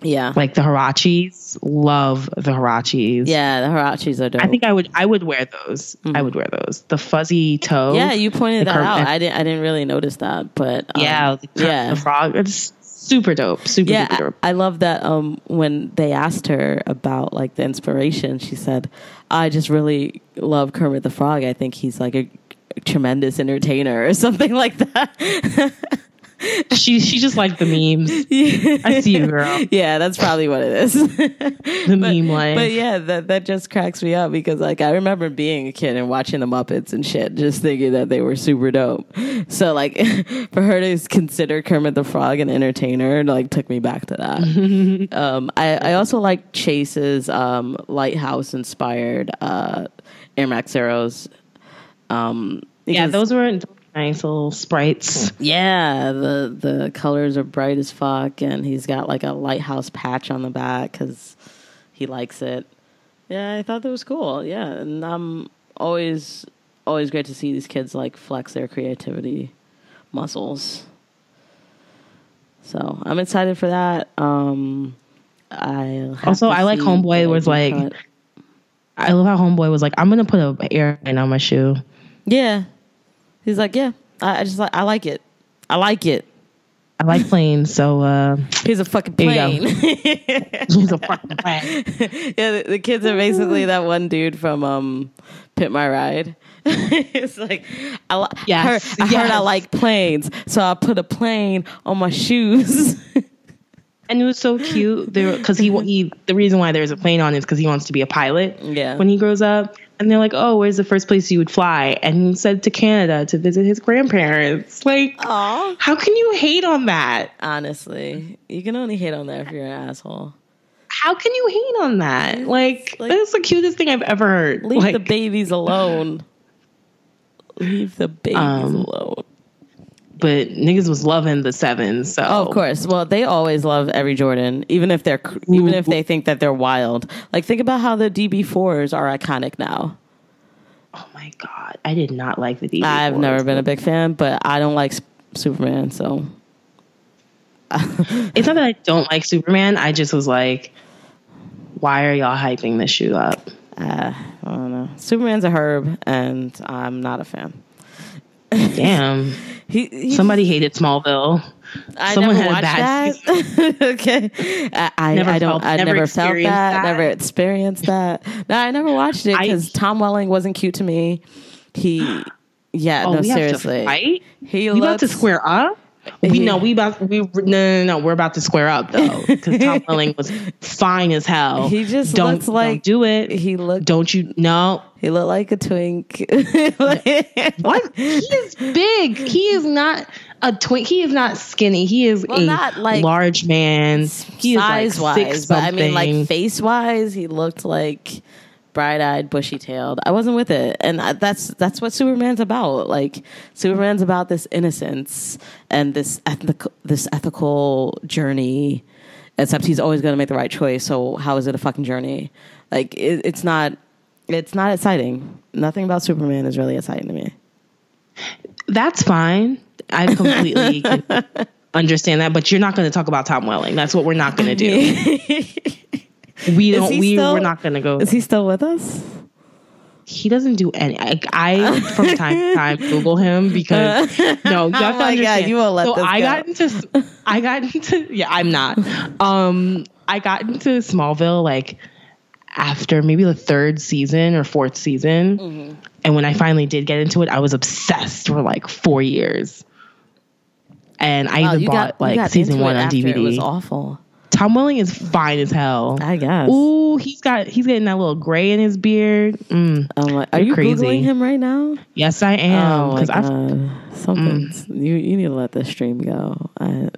[SPEAKER 1] Yeah,
[SPEAKER 3] like the hirachis love the hirachis
[SPEAKER 1] yeah. The Hirachis are dope.
[SPEAKER 3] i think i would i would wear those i would wear those the fuzzy toe
[SPEAKER 1] yeah, you pointed
[SPEAKER 3] the
[SPEAKER 1] that
[SPEAKER 3] curve-
[SPEAKER 1] out. I didn't. I didn't really notice that, but um,
[SPEAKER 3] yeah the, cur-
[SPEAKER 1] yeah.
[SPEAKER 3] the frog it's super dope super
[SPEAKER 1] yeah
[SPEAKER 3] duper dope
[SPEAKER 1] I, I love that um when they asked her about like the inspiration she said i just really love kermit the frog i think he's like a tremendous entertainer or <laughs> something like that
[SPEAKER 3] she she just liked
[SPEAKER 1] <laughs>
[SPEAKER 3] the memes i see you girl
[SPEAKER 1] yeah that's probably what it is <laughs>
[SPEAKER 3] the meme life
[SPEAKER 1] But yeah, that that just cracks me up because like I remember being a kid and watching the Muppets and shit, just thinking that they were super dope. So like <laughs> for her to consider Kermit the Frog an entertainer like took me back to that. um, I I also like Chase's um, lighthouse inspired uh, Air Max Zeros Um,
[SPEAKER 3] Yeah,
[SPEAKER 1] because-
[SPEAKER 3] those were nice little sprites.
[SPEAKER 1] Yeah, the the colors are bright as fuck, and he's got like a lighthouse patch on the back because he likes it. Yeah, I thought that was cool. Yeah, and I'm always always great to see these kids like flex their creativity muscles. So I'm excited for that. Um, I
[SPEAKER 3] Also, I like Homeboy was like- I love how Homeboy was like, "I'm gonna put a airplane on my shoe."
[SPEAKER 1] yeah. He's like, yeah, I, I just like I like it. I like it.
[SPEAKER 3] I like planes, so uh,
[SPEAKER 1] He's a fucking
[SPEAKER 3] There you
[SPEAKER 1] plane. <laughs>
[SPEAKER 3] <laughs> he's a fucking plane.
[SPEAKER 1] yeah, the, the kids are basically that one dude from um, Pit My Ride. <laughs> it's like I, li-
[SPEAKER 3] Yes,
[SPEAKER 1] heard, I heard I
[SPEAKER 3] yes.
[SPEAKER 1] like planes, so I put a plane on my shoes. <laughs>
[SPEAKER 3] And it was so cute because he, wa- he the reason why there's a plane on is because he wants to be a pilot.
[SPEAKER 1] Yeah.
[SPEAKER 3] When he grows up, and they're like, "Oh, where's the first place you would fly?" And he said to Canada to visit his grandparents. Like,
[SPEAKER 1] Aw,
[SPEAKER 3] how can you hate on that?
[SPEAKER 1] honestly, you can only hate on that if you're an asshole.
[SPEAKER 3] How can you hate on that? Like,
[SPEAKER 1] like-
[SPEAKER 3] that's the cutest thing I've ever heard.
[SPEAKER 1] Leave <laughs>
[SPEAKER 3] like,
[SPEAKER 1] the babies alone. Leave the babies
[SPEAKER 3] Um,
[SPEAKER 1] alone.
[SPEAKER 3] but niggas was loving the seven. So
[SPEAKER 1] Oh, of course. Well, they always love every Jordan, even if they're cr- even if they think that they're wild. Like think about how the DB fours are iconic now.
[SPEAKER 3] Oh my god, I did not like the DB.
[SPEAKER 1] I've never been a big fan, but I don't like S- Superman, so
[SPEAKER 3] It's not that I don't like Superman. I just was like, why are y'all hyping this shoe up?
[SPEAKER 1] uh, I don't know. Superman's a herb, and I'm not a fan.
[SPEAKER 3] Damn.
[SPEAKER 1] He, he
[SPEAKER 3] Somebody hated Smallville.
[SPEAKER 1] I
[SPEAKER 3] someone
[SPEAKER 1] never
[SPEAKER 3] had a bad
[SPEAKER 1] watched that. <laughs> okay, I, I,
[SPEAKER 3] Never
[SPEAKER 1] I don't.
[SPEAKER 3] felt-
[SPEAKER 1] I
[SPEAKER 3] never
[SPEAKER 1] never, felt
[SPEAKER 3] experienced
[SPEAKER 1] that,
[SPEAKER 3] that.
[SPEAKER 1] Never experienced that. No, I never watched it
[SPEAKER 3] I-
[SPEAKER 1] because Tom Welling wasn't cute to me. He, yeah,
[SPEAKER 3] Oh,
[SPEAKER 1] no,
[SPEAKER 3] we
[SPEAKER 1] seriously.
[SPEAKER 3] have to fight.
[SPEAKER 1] He looks,
[SPEAKER 3] We about to square up.
[SPEAKER 1] <laughs>
[SPEAKER 3] We know we about we no no no, no we're about to square up though
[SPEAKER 1] <laughs>
[SPEAKER 3] because Tom Welling was fine as hell.
[SPEAKER 1] He just
[SPEAKER 3] don't
[SPEAKER 1] looks like-
[SPEAKER 3] don't do it.
[SPEAKER 1] He looked.
[SPEAKER 3] don't you no
[SPEAKER 1] He looked like a twink. <laughs> Like-
[SPEAKER 3] what he is big. He is not a twin. He is not skinny. He is
[SPEAKER 1] Well,
[SPEAKER 3] a
[SPEAKER 1] not, like,
[SPEAKER 3] large man. He
[SPEAKER 1] size
[SPEAKER 3] is like
[SPEAKER 1] wise,
[SPEAKER 3] six
[SPEAKER 1] but I mean
[SPEAKER 3] something.
[SPEAKER 1] like face wise, he looked like bright eyed, bushy tailed. I wasn't with it, and I, that's that's what Superman's about. Like Superman's about this innocence and this ethical this ethical journey. Except he's always going to make the right choice. So how is it a fucking journey? Like it, it's not. It's not exciting. Nothing about Superman is really exciting to me. <laughs>
[SPEAKER 3] That's fine. I
[SPEAKER 1] <laughs>
[SPEAKER 3] completely can understand that, but you're not going to talk about Tom Welling. That's what we're not going to do. We don't.
[SPEAKER 1] he
[SPEAKER 3] We
[SPEAKER 1] still-
[SPEAKER 3] we're not going to go.
[SPEAKER 1] Is he still with us?
[SPEAKER 3] He doesn't do any. I, I
[SPEAKER 1] <laughs>
[SPEAKER 3] from time to time Google him because no, you have to
[SPEAKER 1] Oh my God,
[SPEAKER 3] understand.
[SPEAKER 1] you won't let
[SPEAKER 3] so
[SPEAKER 1] this
[SPEAKER 3] I
[SPEAKER 1] go.
[SPEAKER 3] got into. I got <laughs> into. Yeah, I'm not. Um, I got into Smallville like after maybe the third season or fourth season,
[SPEAKER 1] Mm-hmm.
[SPEAKER 3] and when I finally did get into it, I was obsessed for like four years. And I
[SPEAKER 1] Oh,
[SPEAKER 3] even bought like season
[SPEAKER 1] into
[SPEAKER 3] one
[SPEAKER 1] it
[SPEAKER 3] on
[SPEAKER 1] after
[SPEAKER 3] DVD.
[SPEAKER 1] It was awful.
[SPEAKER 3] Tom Welling is fine as hell.
[SPEAKER 1] I guess.
[SPEAKER 3] Ooh, he's got he's getting that little gray in his beard. Mm.
[SPEAKER 1] I'm like, are
[SPEAKER 3] You're
[SPEAKER 1] you
[SPEAKER 3] crazy.
[SPEAKER 1] googling him right now?
[SPEAKER 3] Yes, I am.
[SPEAKER 1] oh my
[SPEAKER 3] Because I
[SPEAKER 1] god, something's mm. you. You need to let this stream go. I,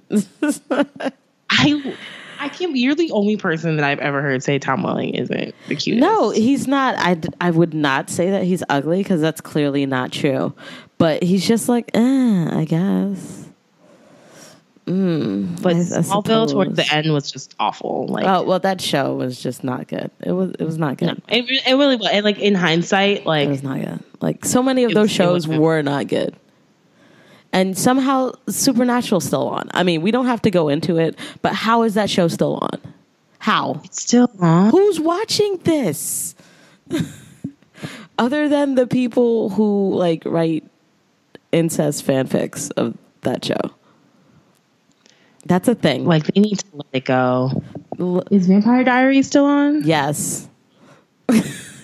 [SPEAKER 3] I I can't. You're the only person that I've ever heard say Tom Welling isn't the cutest.
[SPEAKER 1] no, he's not. I, d- I would not say that he's ugly because that's clearly not true. But he's just like, eh, I guess. Mm,
[SPEAKER 3] but
[SPEAKER 1] I- I
[SPEAKER 3] Smallville towards
[SPEAKER 1] suppose.
[SPEAKER 3] the end was just awful. Like
[SPEAKER 1] Oh well, that show was just not good. It was. It was not good.
[SPEAKER 3] it, re- it really was. And like in hindsight,
[SPEAKER 1] It
[SPEAKER 3] like
[SPEAKER 1] was not good. Like so many of
[SPEAKER 3] It
[SPEAKER 1] those
[SPEAKER 3] was- it
[SPEAKER 1] shows
[SPEAKER 3] wasn't.
[SPEAKER 1] were not good. And somehow Supernatural's still on. I mean, we don't have to go into it, but how is that show still on? How?
[SPEAKER 3] it's still on.
[SPEAKER 1] Who's watching this? <laughs> Other than the people who like write incest fanfics of that show. That's a thing.
[SPEAKER 3] Like they need to let it go.
[SPEAKER 1] L-
[SPEAKER 3] Is Vampire Diaries still on?
[SPEAKER 1] yes.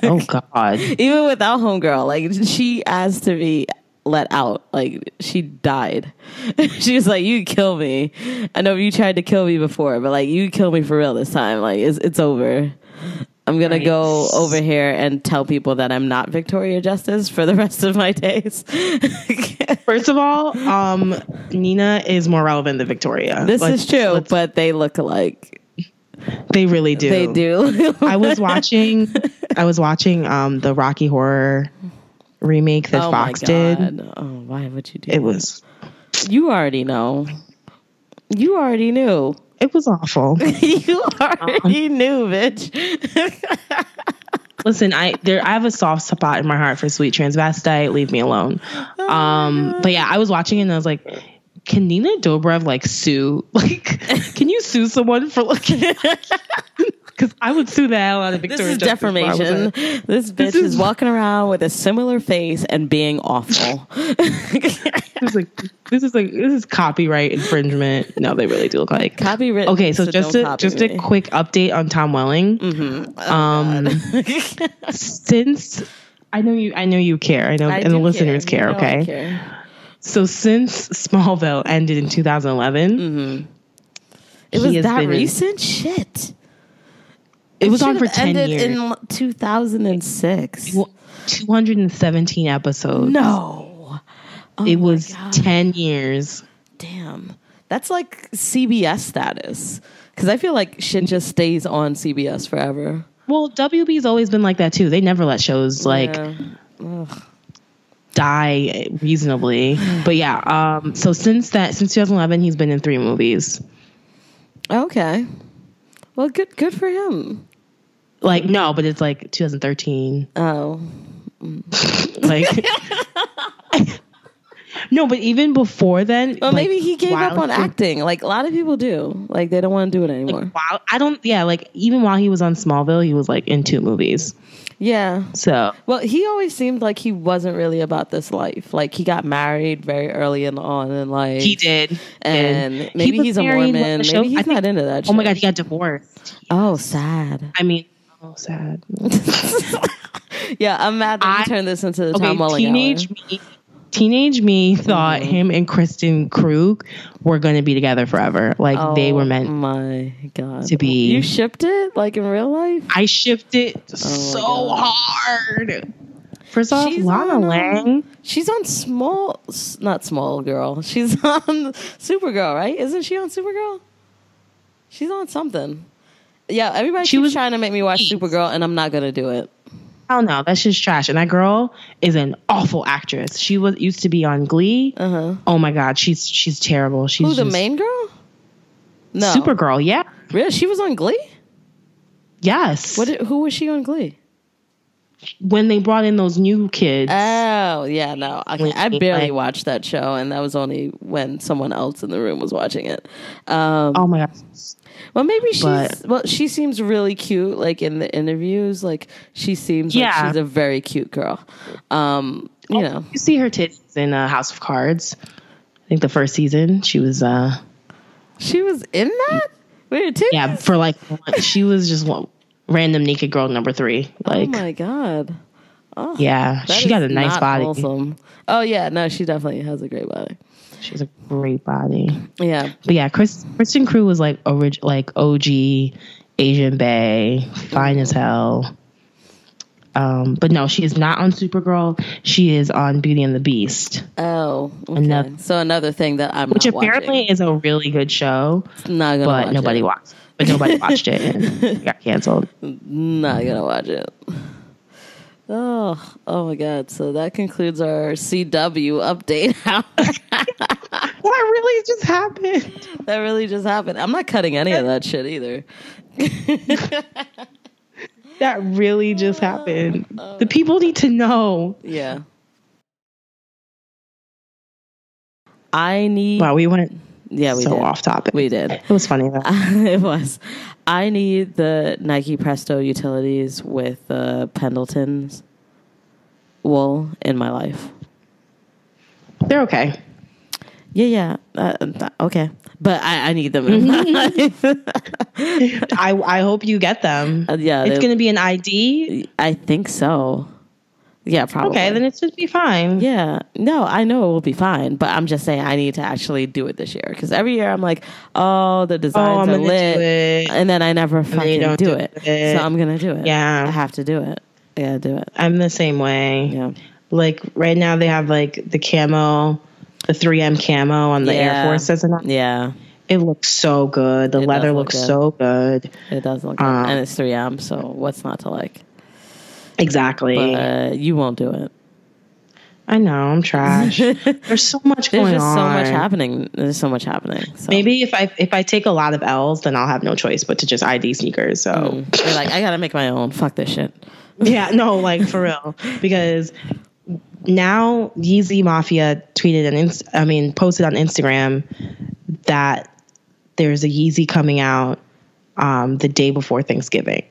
[SPEAKER 3] Oh <laughs> God.
[SPEAKER 1] even without homegirl like she asked to be let out like she died <laughs> she was like you kill me i know you tried to kill me before but like you kill me for real this time like it's, it's over i'm gonna
[SPEAKER 3] Right.
[SPEAKER 1] go over here and tell people that i'm not victoria justice for the rest of my days <laughs>
[SPEAKER 3] First of all, um, Nina is more relevant than Victoria.
[SPEAKER 1] this
[SPEAKER 3] Like,
[SPEAKER 1] is true but they look alike
[SPEAKER 3] They really do.
[SPEAKER 1] they do <laughs>
[SPEAKER 3] I was watching I was watching um the Rocky Horror remake that
[SPEAKER 1] oh
[SPEAKER 3] Fox
[SPEAKER 1] my
[SPEAKER 3] did.
[SPEAKER 1] god! Oh, why would you do?
[SPEAKER 3] It
[SPEAKER 1] that?
[SPEAKER 3] was
[SPEAKER 1] You already know. You already knew.
[SPEAKER 3] it was
[SPEAKER 1] <laughs>
[SPEAKER 3] awful.
[SPEAKER 1] you
[SPEAKER 3] Uh-huh.
[SPEAKER 1] already knew, bitch.
[SPEAKER 3] <laughs> Listen, I there I have a soft spot in my heart for sweet transvestite. Leave me alone. Um, but yeah, I was watching it and I was like, can Nina Dobrev like sue? <laughs> Like, can you sue someone for looking? <laughs> Because I would sue the hell out of
[SPEAKER 1] this
[SPEAKER 3] Victoria.
[SPEAKER 1] is
[SPEAKER 3] Justice if I was
[SPEAKER 1] defamation.
[SPEAKER 3] her.
[SPEAKER 1] This bitch is,
[SPEAKER 3] is-
[SPEAKER 1] walking around with a similar face and being
[SPEAKER 3] <laughs>
[SPEAKER 1] awful.
[SPEAKER 3] This is like this is like this is copyright infringement. No, they really do look like.
[SPEAKER 1] Copyright.
[SPEAKER 3] <laughs> Okay, so, just a just a quick update on Tom Welling.
[SPEAKER 1] Mm-hmm. Oh,
[SPEAKER 3] um,
[SPEAKER 1] quick.
[SPEAKER 3] <laughs>
[SPEAKER 1] <laughs>
[SPEAKER 3] since I know you, I know you care. I know, and the listeners care. okay, so since Smallville ended in 2011,
[SPEAKER 1] Mm-hmm. It
[SPEAKER 3] He
[SPEAKER 1] was
[SPEAKER 3] has
[SPEAKER 1] that
[SPEAKER 3] been in-
[SPEAKER 1] recent shit.
[SPEAKER 3] it was on for
[SPEAKER 1] should've
[SPEAKER 3] 10
[SPEAKER 1] ended
[SPEAKER 3] years.
[SPEAKER 1] in 2006.
[SPEAKER 3] Well, 217 episodes.
[SPEAKER 1] No. Oh
[SPEAKER 3] it
[SPEAKER 1] my
[SPEAKER 3] was
[SPEAKER 1] God.
[SPEAKER 3] 10 years.
[SPEAKER 1] Damn. That's like CBS status. Because I feel like shit just stays on CBS forever.
[SPEAKER 3] Well, WB's always been like that too. They never let shows like
[SPEAKER 1] Yeah.
[SPEAKER 3] die reasonably. But yeah, um so since that since 2011 he's been in 3 movies.
[SPEAKER 1] Okay. Well, good good for him.
[SPEAKER 3] Like no, but it's like 2013.
[SPEAKER 1] Oh.
[SPEAKER 3] Like <laughs> No, but even before then,
[SPEAKER 1] Well,
[SPEAKER 3] like,
[SPEAKER 1] maybe he gave up
[SPEAKER 3] while
[SPEAKER 1] on
[SPEAKER 3] he-
[SPEAKER 1] acting. Like a lot of people do. Like they don't want to do it anymore.
[SPEAKER 3] While, I don't yeah, like even while he was on Smallville, he was like in two movies.
[SPEAKER 1] yeah.
[SPEAKER 3] So
[SPEAKER 1] Well, he always seemed like he wasn't really about this life. Like he got married very early and on in life.
[SPEAKER 3] He did.
[SPEAKER 1] And
[SPEAKER 3] He
[SPEAKER 1] maybe
[SPEAKER 3] was
[SPEAKER 1] he's a Mormon.
[SPEAKER 3] married, left the
[SPEAKER 1] Maybe
[SPEAKER 3] show.
[SPEAKER 1] he's
[SPEAKER 3] I think-
[SPEAKER 1] not into that
[SPEAKER 3] Oh my
[SPEAKER 1] shit.
[SPEAKER 3] God, he got divorced.
[SPEAKER 1] Oh, sad. <laughs>
[SPEAKER 3] I mean, oh, sad.
[SPEAKER 1] Yeah, I'm mad that you
[SPEAKER 3] I-
[SPEAKER 1] turned this into the
[SPEAKER 3] Okay,
[SPEAKER 1] Tom Welling
[SPEAKER 3] teenage
[SPEAKER 1] hour.
[SPEAKER 3] me, teenage me thought
[SPEAKER 1] Mm-hmm.
[SPEAKER 3] him and Kristen Krug were going to be together forever. Like they were
[SPEAKER 1] Oh
[SPEAKER 3] meant.
[SPEAKER 1] my god.
[SPEAKER 3] to be-
[SPEAKER 1] You shipped it like in real life?
[SPEAKER 3] I shipped it so
[SPEAKER 1] Oh God.
[SPEAKER 3] hard. First off,
[SPEAKER 1] She's
[SPEAKER 3] Lana
[SPEAKER 1] on, um,
[SPEAKER 3] Lang.
[SPEAKER 1] She's on small s- not small girl. <laughs> She's on Supergirl, right? Isn't she on Supergirl? She's on something. Yeah, everybody
[SPEAKER 3] She
[SPEAKER 1] keeps
[SPEAKER 3] was-
[SPEAKER 1] trying to make me watch Supergirl and I'm not going to do it.
[SPEAKER 3] Hell no, that's just trash. And that girl is an awful actress. She was used to be on Glee.
[SPEAKER 1] Uh-huh.
[SPEAKER 3] Oh my God, she's she's terrible. She's
[SPEAKER 1] Who the
[SPEAKER 3] just-
[SPEAKER 1] main girl? No.
[SPEAKER 3] Supergirl. Yeah,
[SPEAKER 1] Really? She was on Glee?
[SPEAKER 3] yes.
[SPEAKER 1] What did, who was she on Glee?
[SPEAKER 3] when they brought in those new kids.
[SPEAKER 1] Oh, yeah, no. I, can't- I
[SPEAKER 3] Like-
[SPEAKER 1] barely watched that show, and that was only when someone else in the room was watching it. Um,
[SPEAKER 3] oh my God.
[SPEAKER 1] well, maybe she's.
[SPEAKER 3] but-
[SPEAKER 1] well, she seems really cute, like in the interviews. Like, she seems
[SPEAKER 3] Yeah.
[SPEAKER 1] like she's a very cute girl. Um, you know.
[SPEAKER 3] You see her tits in uh, House of Cards. I think the first season she was uh
[SPEAKER 1] She was in that? Weird, too?
[SPEAKER 3] yeah for like one- she was just one random naked girl number three
[SPEAKER 1] Oh,
[SPEAKER 3] like
[SPEAKER 1] my God.
[SPEAKER 3] yeah
[SPEAKER 1] That
[SPEAKER 3] she got a
[SPEAKER 1] is
[SPEAKER 3] nice
[SPEAKER 1] not
[SPEAKER 3] body
[SPEAKER 1] wholesome. Oh, yeah, no, she definitely has a great body.
[SPEAKER 3] she has a great body
[SPEAKER 1] Yeah.
[SPEAKER 3] but yeah Chris Kristen Crew was like orig- like OG Asian Bay fine as hell. Um, but no, she is not on Supergirl. She is on Beauty and the Beast,
[SPEAKER 1] Oh, okay.
[SPEAKER 3] Another-
[SPEAKER 1] so another thing that I'm
[SPEAKER 3] which
[SPEAKER 1] not watching.
[SPEAKER 3] apparently is a really good show,
[SPEAKER 1] not gonna
[SPEAKER 3] but
[SPEAKER 1] watch
[SPEAKER 3] nobody
[SPEAKER 1] it.
[SPEAKER 3] watched. But nobody watched it.
[SPEAKER 1] <laughs>
[SPEAKER 3] It got canceled.
[SPEAKER 1] not gonna watch it. Oh, oh my god! So that concludes our CW update. <laughs>
[SPEAKER 3] What really just happened?
[SPEAKER 1] that really just happened. I'm not cutting any of that shit either.
[SPEAKER 3] That really just happened. The people need to know.
[SPEAKER 1] Yeah. I need.
[SPEAKER 3] Wow, we went
[SPEAKER 1] yeah, we
[SPEAKER 3] so
[SPEAKER 1] did.
[SPEAKER 3] off topic.
[SPEAKER 1] We did. <laughs>
[SPEAKER 3] It was funny though.
[SPEAKER 1] it was. I need the Nike Presto utilities with uh, Pendleton's wool in my life.
[SPEAKER 3] They're okay.
[SPEAKER 1] Yeah, yeah. Uh, th- okay. But I, I need them in <laughs> my life.
[SPEAKER 3] I I hope you get them.
[SPEAKER 1] Uh, yeah,
[SPEAKER 3] it's
[SPEAKER 1] they-
[SPEAKER 3] gonna be an ID.
[SPEAKER 1] I think so. Yeah, probably.
[SPEAKER 3] Okay, then it should be fine.
[SPEAKER 1] yeah. No, I know it will be fine, but I'm just saying I need to actually do it this year because every year I'm like, oh, the
[SPEAKER 3] Oh,
[SPEAKER 1] designs
[SPEAKER 3] I'm
[SPEAKER 1] are
[SPEAKER 3] gonna
[SPEAKER 1] lit,
[SPEAKER 3] do it.
[SPEAKER 1] and then I never fucking
[SPEAKER 3] don't
[SPEAKER 1] do,
[SPEAKER 3] do
[SPEAKER 1] it.
[SPEAKER 3] it.
[SPEAKER 1] So I'm gonna do it.
[SPEAKER 3] Yeah.
[SPEAKER 1] I have to do it. I gotta do it.
[SPEAKER 3] I'm the same way.
[SPEAKER 1] Yeah.
[SPEAKER 3] Like right now they have like the camo, the 3M camo on the
[SPEAKER 1] Yeah.
[SPEAKER 3] Air Force as an
[SPEAKER 1] Yeah,
[SPEAKER 3] It looks so good. The
[SPEAKER 1] It
[SPEAKER 3] leather
[SPEAKER 1] does look
[SPEAKER 3] looks
[SPEAKER 1] good.
[SPEAKER 3] so good.
[SPEAKER 1] it does look,
[SPEAKER 3] Um,
[SPEAKER 1] good. and it's 3M, so what's not to like?
[SPEAKER 3] Exactly.
[SPEAKER 1] But uh, you won't do it.
[SPEAKER 3] I know
[SPEAKER 1] <laughs>
[SPEAKER 3] I'm trash. There's so much
[SPEAKER 1] There's
[SPEAKER 3] going
[SPEAKER 1] just
[SPEAKER 3] on.
[SPEAKER 1] so much happening. There's so much happening. So.
[SPEAKER 3] Maybe if I if I take a lot of L's, then I'll have no choice but to just ID sneakers. So
[SPEAKER 1] you're like, I gotta make my own. Fuck this shit.
[SPEAKER 3] yeah, no, like for real, because now Yeezy Mafia tweeted and inst- I mean posted on Instagram that there's a Yeezy coming out um, the day before Thanksgiving,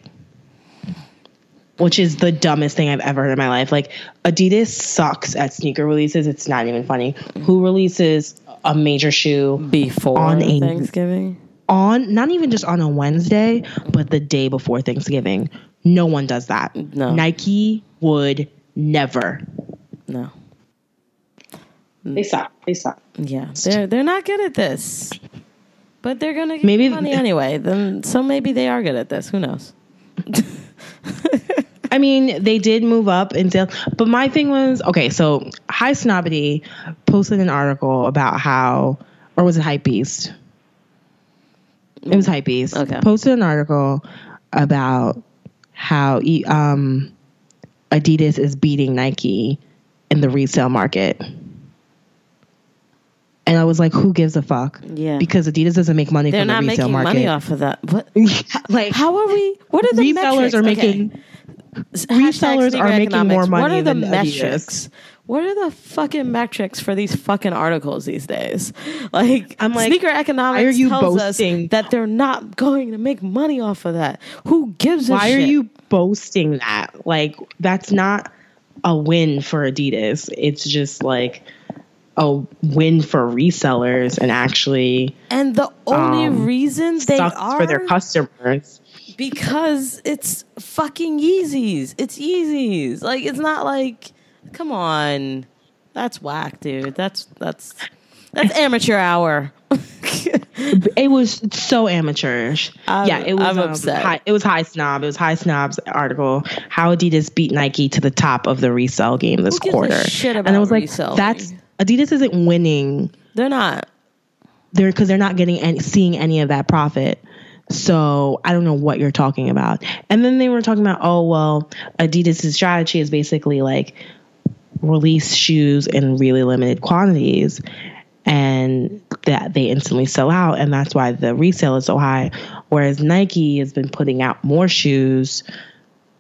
[SPEAKER 3] which is the dumbest thing I've ever heard in my life. Like Adidas sucks at sneaker releases; it's not even funny. Who releases a major shoe
[SPEAKER 1] Before
[SPEAKER 3] On a-
[SPEAKER 1] Thanksgiving.
[SPEAKER 3] on not even just on a Wednesday, but the day before Thanksgiving? No one does that.
[SPEAKER 1] No.
[SPEAKER 3] Nike would never.
[SPEAKER 1] No.
[SPEAKER 3] They suck. They suck.
[SPEAKER 1] Yeah. They're they're not good at this. But they're gonna get
[SPEAKER 3] Maybe-
[SPEAKER 1] money anyway. Then so maybe they are good at this. Who knows?
[SPEAKER 3] I mean, they did move up in sales, but my thing was okay. So High Snobbity posted an article about how, or was it Hypebeast? It was Hypebeast.
[SPEAKER 1] Okay.
[SPEAKER 3] Posted an article about how e- um, Adidas is beating Nike in the resale market. And I was like, who gives a fuck?
[SPEAKER 1] Yeah.
[SPEAKER 3] Because Adidas doesn't make money
[SPEAKER 1] They're
[SPEAKER 3] from
[SPEAKER 1] not
[SPEAKER 3] the resale
[SPEAKER 1] making
[SPEAKER 3] market.
[SPEAKER 1] money
[SPEAKER 3] <laughs>
[SPEAKER 1] off of that. What?
[SPEAKER 3] like
[SPEAKER 1] How are we? What are the
[SPEAKER 3] resellers
[SPEAKER 1] metrics?
[SPEAKER 3] are
[SPEAKER 1] Okay.
[SPEAKER 3] making
[SPEAKER 1] Hashtag
[SPEAKER 3] resellers
[SPEAKER 1] sneaker
[SPEAKER 3] are making
[SPEAKER 1] economics.
[SPEAKER 3] more
[SPEAKER 1] What
[SPEAKER 3] money
[SPEAKER 1] are the
[SPEAKER 3] than Adidas.
[SPEAKER 1] metrics? What are the fucking metrics for these fucking articles these days? <laughs> Like,
[SPEAKER 3] I'm like,
[SPEAKER 1] sneaker economics
[SPEAKER 3] why are you
[SPEAKER 1] tells
[SPEAKER 3] boasting?
[SPEAKER 1] us that they're not going to make money off of that. Who gives a
[SPEAKER 3] why are
[SPEAKER 1] shit?
[SPEAKER 3] you boasting that? Like that's not a win for Adidas. It's just like a win for resellers and actually
[SPEAKER 1] And the only
[SPEAKER 3] um,
[SPEAKER 1] reason they
[SPEAKER 3] sucks
[SPEAKER 1] are
[SPEAKER 3] for their customers.
[SPEAKER 1] because it's fucking Yeezys. It's Yeezys. Like it's not like come on. That's whack, dude. That's that's that's amateur hour. <laughs>
[SPEAKER 3] It was so amateurish.
[SPEAKER 1] I'm-
[SPEAKER 3] yeah, it was.
[SPEAKER 1] I'm
[SPEAKER 3] um,
[SPEAKER 1] upset.
[SPEAKER 3] High, it was high snob. It was high snob's article. How Adidas beat Nike to the top of the resale game this
[SPEAKER 1] Who gives a
[SPEAKER 3] quarter.
[SPEAKER 1] shit
[SPEAKER 3] and I
[SPEAKER 1] about
[SPEAKER 3] was like,
[SPEAKER 1] reselling?
[SPEAKER 3] that's Adidas isn't winning
[SPEAKER 1] They're not.
[SPEAKER 3] they're because they're not getting any seeing any of that profit so i don't know what you're talking about and then they were talking about oh well adidas' strategy is basically like release shoes in really limited quantities and that they instantly sell out and that's why the resale is so high whereas nike has been putting out more shoes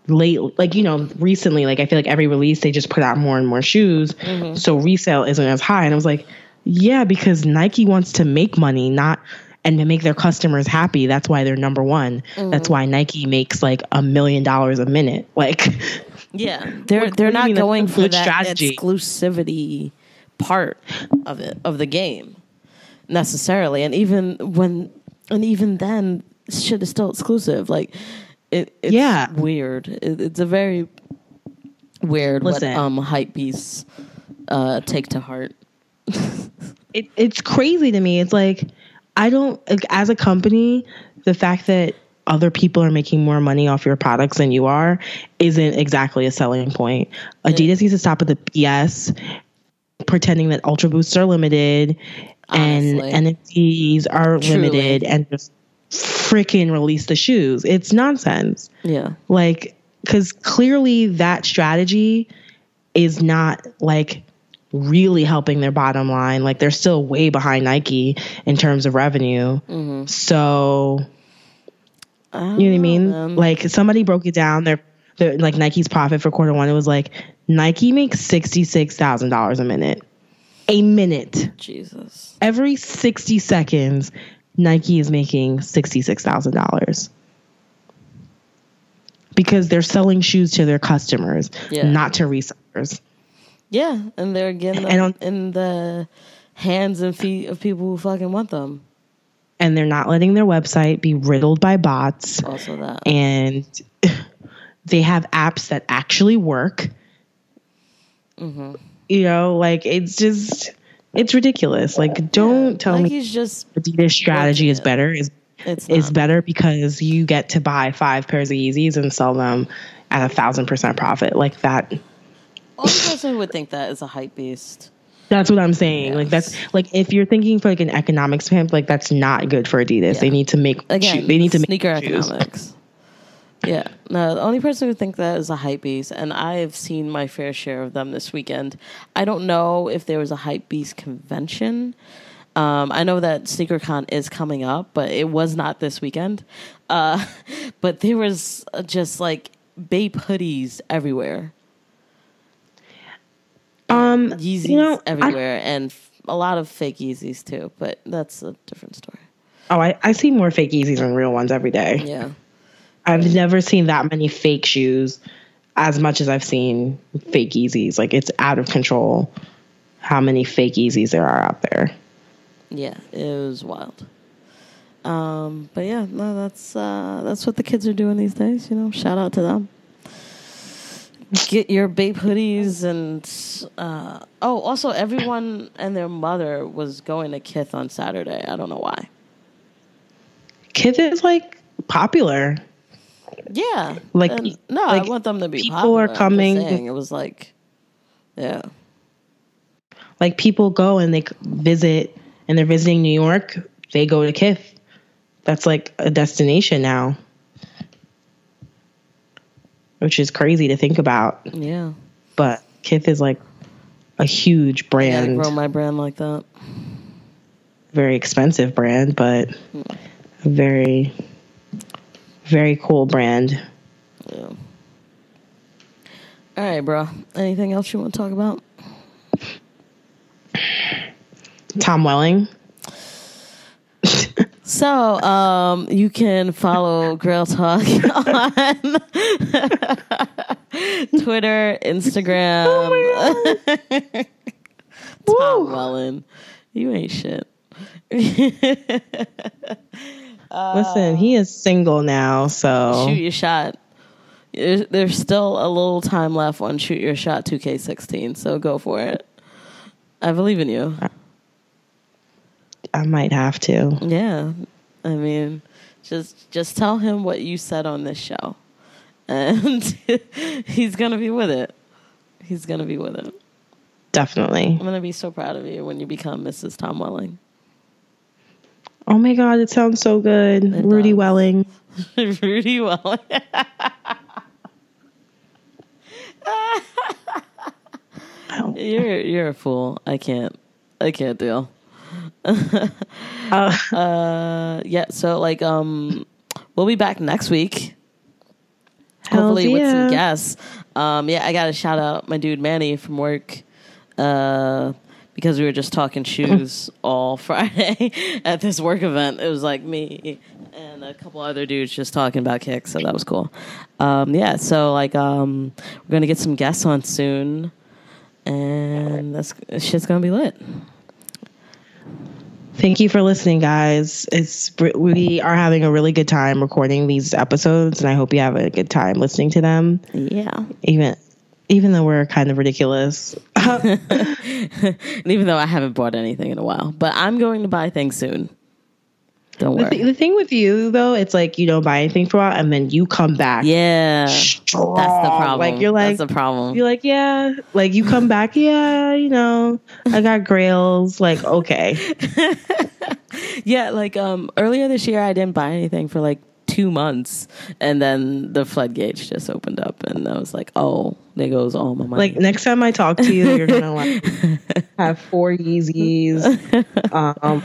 [SPEAKER 3] lately like you know recently like i feel like every release they just put out more and more shoes so resale isn't as high and i was like yeah because nike wants to make money not and to make their customers happy that's why they're number one that's why nike makes like a million dollars a minute <laughs> like
[SPEAKER 1] Yeah. They're
[SPEAKER 3] what
[SPEAKER 1] they're
[SPEAKER 3] do you
[SPEAKER 1] not
[SPEAKER 3] mean that's
[SPEAKER 1] going
[SPEAKER 3] a
[SPEAKER 1] for
[SPEAKER 3] good
[SPEAKER 1] that
[SPEAKER 3] strategy?
[SPEAKER 1] exclusivity part of it of the game necessarily. And even when and even then shit is still exclusive. Like it it's
[SPEAKER 3] Yeah.
[SPEAKER 1] weird. It, it's a very weird
[SPEAKER 3] Listen.
[SPEAKER 1] what um hype beasts uh take to heart.
[SPEAKER 3] it, it's crazy to me. It's like I don't like, as a company, the fact that other people are making more money off your products than you are isn't exactly a selling point. Adidas needs to stop with the BS pretending that Ultra Boosts are limited
[SPEAKER 1] Honestly.
[SPEAKER 3] and NFTs are
[SPEAKER 1] Truly.
[SPEAKER 3] limited and just freaking release the shoes. It's nonsense
[SPEAKER 1] Yeah.
[SPEAKER 3] like because clearly that strategy is not like really helping their bottom line like they're still way behind nike in terms of revenue so
[SPEAKER 1] Ah,
[SPEAKER 3] you know what i mean like somebody broke it down their, their like nike's profit for quarter one it was like nike makes $66000 a minute a minute
[SPEAKER 1] Jesus.
[SPEAKER 3] every 60 seconds, Nike is making $66,000 because they're selling shoes to their customers,
[SPEAKER 1] Yeah.
[SPEAKER 3] not to resellers.
[SPEAKER 1] Yeah, and they're getting them
[SPEAKER 3] I don't-
[SPEAKER 1] in the hands and feet of people who fucking want them.
[SPEAKER 3] And they're not letting their website be riddled by bots.
[SPEAKER 1] Also that.
[SPEAKER 3] And <laughs> they have apps that actually work.
[SPEAKER 1] Mm-hmm.
[SPEAKER 3] You know, like it's just, it's ridiculous. Like, don't tell
[SPEAKER 1] like
[SPEAKER 3] me
[SPEAKER 1] he's just
[SPEAKER 3] Adidas strategy is better. Is
[SPEAKER 1] it's
[SPEAKER 3] is
[SPEAKER 1] not.
[SPEAKER 3] better because you get to buy five pairs of Yeezys and sell them at a thousand percent profit. Like that.
[SPEAKER 1] Only person who would think that is a hype beast.
[SPEAKER 3] That's what I'm saying. Like that's like if you're thinking for like an economics standpoint, like that's not good for Adidas. They need to make
[SPEAKER 1] Again,
[SPEAKER 3] shoe- they need to make
[SPEAKER 1] sneaker
[SPEAKER 3] shoes.
[SPEAKER 1] economics. Yeah. No, the only person who thinks that is a hype beast, and I've seen my fair share of them this weekend. I don't know if there was a hype beast convention. Um, I know that SneakerCon is coming up, but it was not this weekend. Uh, <laughs> but there was uh, just like Bape hoodies everywhere,
[SPEAKER 3] Um,
[SPEAKER 1] Yeezys
[SPEAKER 3] you know, I,
[SPEAKER 1] everywhere, and f- a lot of fake Yeezys too. But that's a different story.
[SPEAKER 3] oh, I, I see more fake Yeezys than real ones every day.
[SPEAKER 1] Yeah.
[SPEAKER 3] I've never seen that many fake shoes as much as I've seen fake Yeezys. Like it's out of control how many fake Yeezys there are out there.
[SPEAKER 1] Yeah, it was wild. Um, but yeah, no, that's uh, that's what the kids are doing these days. You know, shout out to them. Get your babe hoodies and uh, oh, also everyone and their mother was going to Kith on Saturday. I don't know why.
[SPEAKER 3] Kids is like popular.
[SPEAKER 1] Yeah,
[SPEAKER 3] Like-
[SPEAKER 1] and- no, I
[SPEAKER 3] like,
[SPEAKER 1] want them to be.
[SPEAKER 3] people
[SPEAKER 1] popular,
[SPEAKER 3] are
[SPEAKER 1] I'm just
[SPEAKER 3] coming-
[SPEAKER 1] saying, It was like, yeah,
[SPEAKER 3] Like people go and they c- visit and they're visiting New York, they go to Kith. That's like a destination now. Which is crazy to think about,
[SPEAKER 1] yeah.
[SPEAKER 3] but Kith is like a huge
[SPEAKER 1] I gotta
[SPEAKER 3] brand.
[SPEAKER 1] grow my brand like that.
[SPEAKER 3] very expensive brand, but
[SPEAKER 1] Hmm.
[SPEAKER 3] a very, very cool brand.
[SPEAKER 1] Yeah. All right, bro. Anything else you want to talk about?
[SPEAKER 3] Tom Welling.
[SPEAKER 1] So, um, you can follow Grail Talk <laughs> on Twitter, Instagram. <laughs> Tom Welling, you ain't shit.
[SPEAKER 3] Listen, he is single now, so
[SPEAKER 1] Uh, Shoot your shot. There's, there's still a little time left on Shoot Your Shot 2K16, so go for it. I believe in you.
[SPEAKER 3] I might have to.
[SPEAKER 1] Yeah, I mean, just just tell him what you said on this show, and <laughs> he's gonna be with it. He's gonna be with it.
[SPEAKER 3] Definitely.
[SPEAKER 1] I'm gonna be so proud of you when you become Mrs. Tom Welling, <laughs>
[SPEAKER 3] Oh my God, it sounds so good. Rudy
[SPEAKER 1] does.
[SPEAKER 3] Welling.
[SPEAKER 1] Rudy Welling. <laughs> you're you're a fool. I can't. I can't deal.
[SPEAKER 3] Uh, <laughs>
[SPEAKER 1] Uh, yeah. So like, um, we'll be back next week.
[SPEAKER 3] Hells
[SPEAKER 1] hopefully with some
[SPEAKER 3] yeah.
[SPEAKER 1] guests. Um, yeah, I got to shout out my dude Manny from work uh, because we were just talking shoes all Friday <laughs> at this work event. It was like me and a couple other dudes just talking about kicks, so that was cool. Um, yeah, so like um, we're gonna get some guests on soon, and that's shit's gonna be lit.
[SPEAKER 3] Thank you for listening, guys. It's we are having a really good time recording these episodes, and I hope you have a good time listening to them.
[SPEAKER 1] Yeah,
[SPEAKER 3] Even even though we're kind of ridiculous, <laughs> Uh,
[SPEAKER 1] and even though I haven't bought anything in a while, but I'm going to buy things soon. Don't
[SPEAKER 3] The,
[SPEAKER 1] worry.
[SPEAKER 3] th- the thing with you though, it's like you don't buy anything for a while, and then you come back.
[SPEAKER 1] Yeah.
[SPEAKER 3] strong.
[SPEAKER 1] That's the problem.
[SPEAKER 3] Like you're like
[SPEAKER 1] that's the problem.
[SPEAKER 3] you're like yeah, like you come back. Yeah, you know, I got grails. Like okay,
[SPEAKER 1] yeah, like um earlier this year I didn't buy anything for like two months and then the floodgates just opened up and I was like, Oh, there goes all my money.
[SPEAKER 3] like next time I talk to you, you're
[SPEAKER 1] <laughs>
[SPEAKER 3] gonna like have four Yeezys. Um,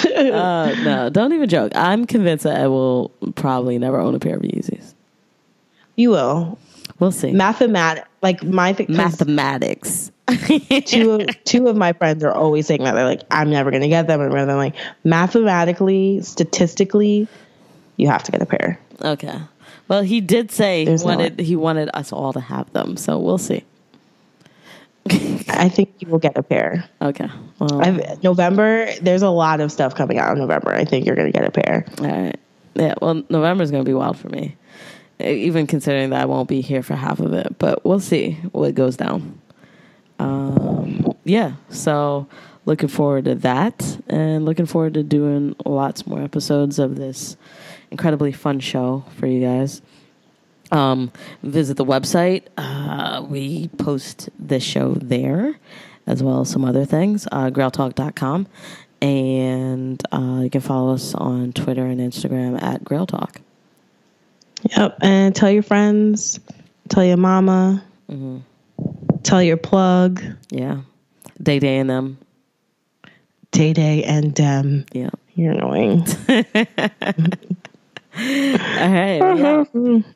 [SPEAKER 3] <laughs>
[SPEAKER 1] uh, no, don't even joke. I'm convinced that I will probably never own a pair of Yeezys.
[SPEAKER 3] you will
[SPEAKER 1] We'll see.
[SPEAKER 3] mathematic. Like my thing. 'cause
[SPEAKER 1] Mathematics. <laughs>
[SPEAKER 3] Two of, two of my friends are always saying that they're like, I'm never gonna get them, and rather than like mathematically, statistically, you have to get a pair.
[SPEAKER 1] Okay. Well, he did say he
[SPEAKER 3] There's no
[SPEAKER 1] wanted he wanted us all to have them, so we'll see. <laughs>
[SPEAKER 3] I think you will get a pair.
[SPEAKER 1] Okay. Well,
[SPEAKER 3] I've, November, there's a lot of stuff coming out in November. I think you're going to get a pair.
[SPEAKER 1] All right. Yeah. Well, November's going to be wild for me, E- even considering that I won't be here for half of it. But we'll see what goes down. Um, yeah. So looking forward to that, and looking forward to doing lots more episodes of this incredibly fun show for you guys. Um, visit the website. Uh, we post the show there, as well as some other things. Uh, GrailTalk.com. And uh, you can follow us on Twitter and Instagram at GrailTalk.
[SPEAKER 3] Yep. And tell your friends, tell your mama, tell your plug,
[SPEAKER 1] Yeah. Day day and them.
[SPEAKER 3] Day Day and Dem.
[SPEAKER 1] Yeah.
[SPEAKER 3] You're annoying.
[SPEAKER 1] All right. we out.
[SPEAKER 3] Mm.